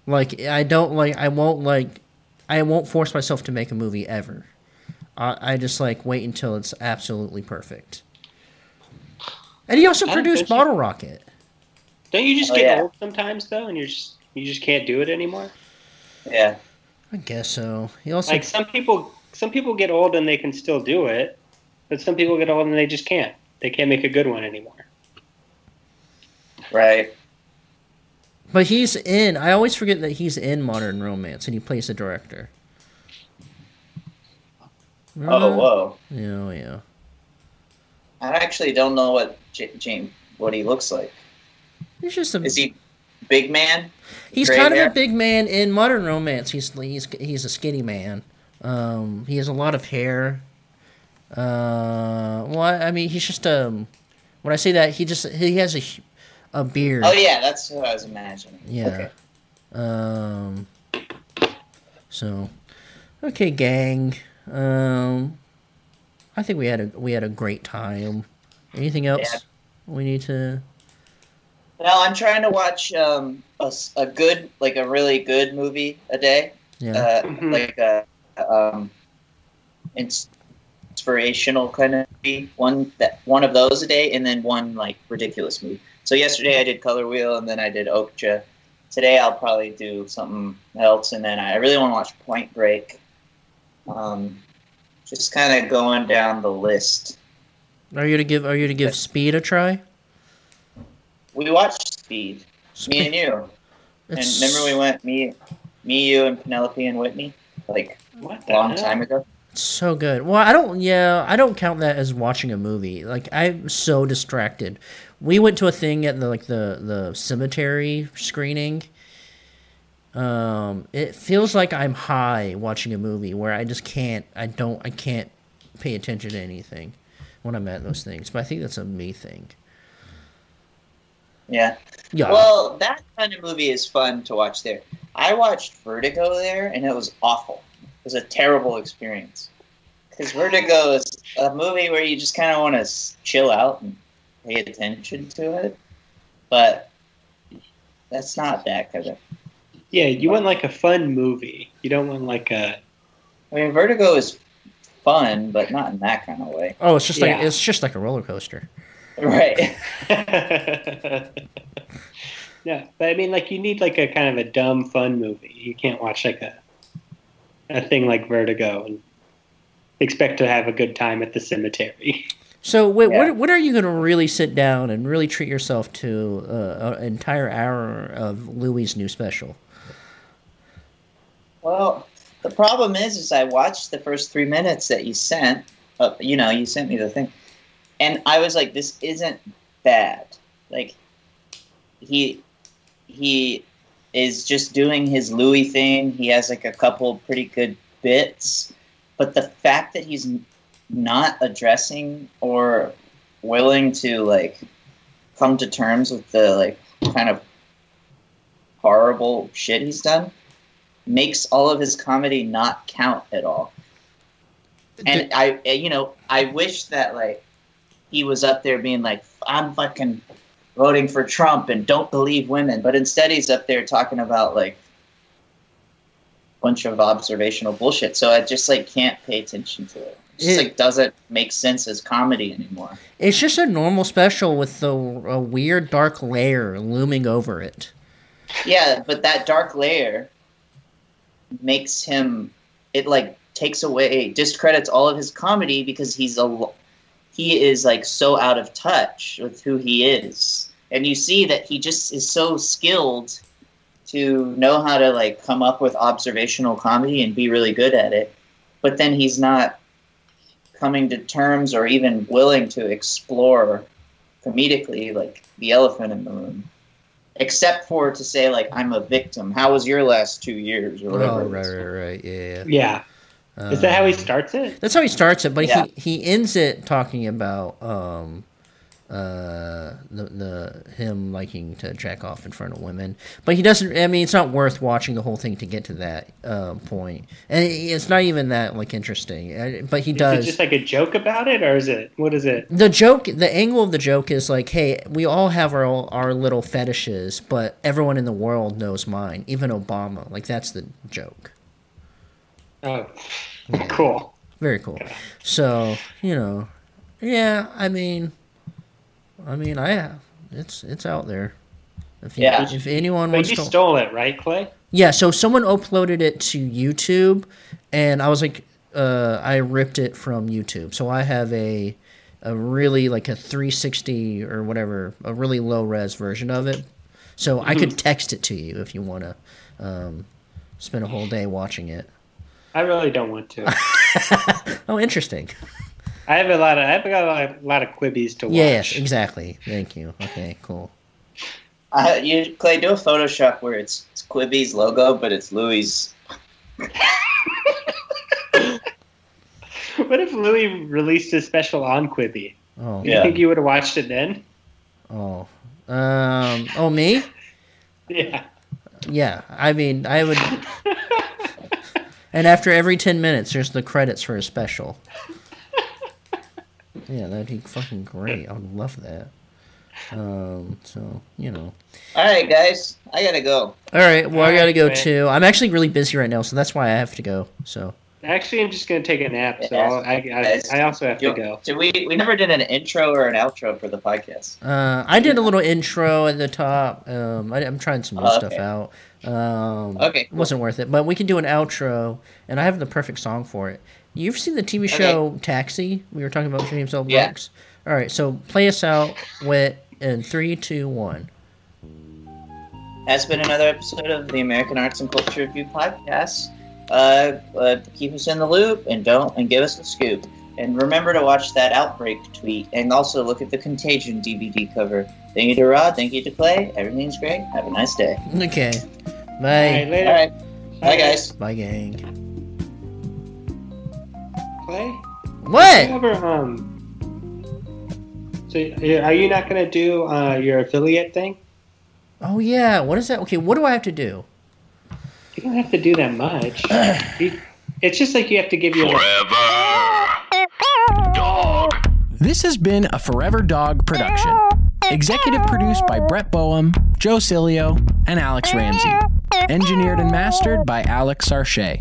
Speaker 2: Like I don't like, I won't like, I won't force myself to make a movie ever. I, I just like wait until it's absolutely perfect." And he also
Speaker 3: I don't
Speaker 2: produced
Speaker 3: think so.
Speaker 2: Bottle Rocket.
Speaker 3: Don't you just
Speaker 4: Oh,
Speaker 3: get
Speaker 4: yeah.
Speaker 3: old sometimes though, and you're just you just can't do it anymore?
Speaker 4: Yeah.
Speaker 2: I guess so. He also
Speaker 3: Like some people, some people get old and they can still do it, but some people get old and they just can't. They can't make a good one anymore.
Speaker 4: Right.
Speaker 2: But he's in. I always forget that he's in Modern Romance, and he plays the director. Uh-huh.
Speaker 4: Oh, whoa.
Speaker 2: Yeah, oh, yeah.
Speaker 4: I actually don't know what J- James what he looks like.
Speaker 2: He's just a.
Speaker 4: Is he big man?
Speaker 2: he's
Speaker 4: gray
Speaker 2: kind of
Speaker 4: hair?
Speaker 2: a big man in Modern Romance. He's he's he's a skinny man. Um, he has a lot of hair. Uh, well, I I mean, he's just um. When I say that, he just he has a hu- a beard.
Speaker 4: Oh yeah, that's what I was imagining.
Speaker 2: Yeah.
Speaker 4: Okay.
Speaker 2: Um. So, okay, gang. Um, I think we had a we had a great time. Anything else we need to?
Speaker 4: Now I'm trying to watch um, a, s- a good, like a really good movie a day.
Speaker 2: Yeah.
Speaker 4: uh,
Speaker 3: Mhm.
Speaker 4: like a um, ins- inspirational kind of movie. One that one of those a day, and then one like ridiculous movie. So yesterday I did Color Wheel, and then I did Okja. Today I'll probably do something else, and then I really want to watch Point Break. Um, just kind of going down the list. Uh,
Speaker 2: are you to give Are you to give Speed a try?
Speaker 4: We watched Speed, me and you, and
Speaker 2: It's-
Speaker 4: remember we went me, me, you, and Penelope and Whitney like
Speaker 3: What
Speaker 4: a
Speaker 3: the
Speaker 4: long
Speaker 3: hell?
Speaker 4: time ago.
Speaker 2: it's so good. Well, I don't. Yeah, I don't count that as watching a movie. Like I'm so distracted. We went to a thing at the like the the cemetery screening. um it feels like i'm high watching a movie where i just can't i don't i can't pay attention to anything when i'm at those things but i think that's a me thing
Speaker 4: Yeah.
Speaker 2: yeah
Speaker 4: Well, that kind of movie is fun to watch there. I watched Vertigo there, and it was awful. It was a terrible experience. Because Vertigo is a movie where you just kind of want to chill out and pay attention to it. But that's not that kind of.
Speaker 3: Yeah, you want like a fun movie. You don't want like a
Speaker 4: I mean, Vertigo is fun, but not in that kind of way.
Speaker 2: oh it's just like
Speaker 3: yeah.
Speaker 2: it's just like a roller coaster
Speaker 4: Right.
Speaker 3: no, but I mean, like you need like a kind of a dumb fun movie. You can't watch like a a thing like Vertigo and expect to have a good time at the cemetery.
Speaker 2: so wait,
Speaker 4: Yeah.
Speaker 2: what, what are you going to really sit down and really treat yourself to uh, an entire hour of louis new special
Speaker 4: Well, the problem is, is I watched the first three minutes that you sent. Uh, you know, you sent me the thing, and I was like, "This isn't bad." Like, he he is just doing his Louis thing. He has like a couple pretty good bits, but the fact that he's n- not addressing or willing to like come to terms with the like kind of horrible shit he's done makes all of his comedy not count at all. And I, I- you know, I wish that like he was up there being like, I'm fucking voting for Trump and don't believe women, but instead he's up there talking about like bunch of observational bullshit. So I just like can't pay attention to it. It just
Speaker 2: It-
Speaker 4: like doesn't make sense as comedy anymore.
Speaker 2: It's just a normal special with a, a weird dark layer looming over it.
Speaker 4: Yeah, but that dark layer makes him. It like takes away, discredits all of his comedy because he's a. lo- He is like so out of touch with who he is, and you see that he just is so skilled to know how to like come up with observational comedy and be really good at it, but then he's not coming to terms or even willing to explore comedically like the elephant in the room except for to say like I'm a victim. How was your last two years or whatever?
Speaker 2: Oh,
Speaker 4: it
Speaker 2: right,
Speaker 4: is.
Speaker 2: right, right. Yeah.
Speaker 3: Yeah.
Speaker 2: yeah.
Speaker 3: Is that how he
Speaker 2: Um,
Speaker 3: starts it?
Speaker 2: That's how he starts it, but
Speaker 4: Yeah.
Speaker 2: he, he ends it talking about um, uh, the, the him liking to jack off in front of women. But he doesn't. I mean, it's not worth watching the whole thing to get to that uh, point, and it- it's not even that like interesting. Uh, But he
Speaker 3: Is
Speaker 2: does.
Speaker 3: it just like a joke about it, or is it what is it?
Speaker 2: the joke the angle of the joke is like hey we all have our our little fetishes but everyone in the world knows mine even obama like that's the joke
Speaker 3: Oh, cool.
Speaker 2: very cool so you know yeah i mean i mean i have it's it's out there if you,
Speaker 4: Yeah.
Speaker 2: if anyone
Speaker 3: But
Speaker 2: wants
Speaker 3: you
Speaker 2: to
Speaker 3: stole it, right, Clay?
Speaker 2: Yeah, so someone uploaded it to YouTube, and I was like, uh, I ripped it from YouTube. So I have a a really like a 360 or whatever, a really low res version of it. So I could text it to you if you want to um, spend a whole day watching it.
Speaker 3: I really don't want to.
Speaker 2: Oh, interesting.
Speaker 3: I have a lot of I've got a lot of, lot of quibbies to watch.
Speaker 2: Yes, exactly. Thank you. Okay, cool.
Speaker 4: Uh, you Clay, do a Photoshop where it's, it's Quibi's logo, but it's Louis.
Speaker 3: What if Louis released his special on Quibi?
Speaker 2: Oh,
Speaker 3: Do you
Speaker 4: Yeah.
Speaker 3: think you would have watched it then?
Speaker 2: oh, um, oh, me.
Speaker 3: Yeah.
Speaker 2: Yeah, I mean, I would. and after every 10 minutes, there's the credits for a special. Yeah, that'd be fucking great. I would love that. Um, so, you know.
Speaker 4: All right, guys, I gotta go.
Speaker 2: All right, well, I
Speaker 3: Alright,
Speaker 2: gotta go
Speaker 3: man.
Speaker 2: too. I'm actually really busy right now, so that's why I have to go. So,
Speaker 3: Actually, I'm just going to take a nap, so
Speaker 4: Yeah.
Speaker 3: I'll- I, I, I also have to go.
Speaker 4: Did we we never did an intro or an outro for the podcast?
Speaker 2: uh, I did a little intro at the top. Um, I, am trying some new
Speaker 4: Oh,
Speaker 2: stuff
Speaker 4: okay.
Speaker 2: out. Um,
Speaker 4: Okay,
Speaker 2: It
Speaker 4: cool.
Speaker 2: wasn't worth it, but we can do an outro, and I have the perfect song for it. You've seen the TV show Taxi? We were talking about James L.
Speaker 4: Yeah.
Speaker 2: Brooks. All right, so play us out with in three, two, one.
Speaker 4: That's been another episode of the American Arts and Culture Review podcast. Uh, uh, keep us in the loop and don't and give us a scoop. And remember to watch that outbreak tweet and also look at the Contagion DVD cover. Thank you to Rod. Thank you to Clay. Everything's great. Have a nice day.
Speaker 2: Okay,
Speaker 3: All right,
Speaker 2: bye,
Speaker 4: All
Speaker 3: later.
Speaker 4: right. Bye, guys.
Speaker 2: bye, gang.
Speaker 3: Clay?
Speaker 2: What?
Speaker 3: Whatever, um, so y- are you not going to do uh, your affiliate thing?
Speaker 2: Oh yeah, what is that? Okay, what do I have to do?
Speaker 3: You don't have to do that much. You- it's just like you have to give your
Speaker 1: Forever. Dog.
Speaker 6: This has been a Forever Dog production, executive produced by Brett Boehm, Joe Cilio, and Alex Ramsey, engineered and mastered by Alex Sarche.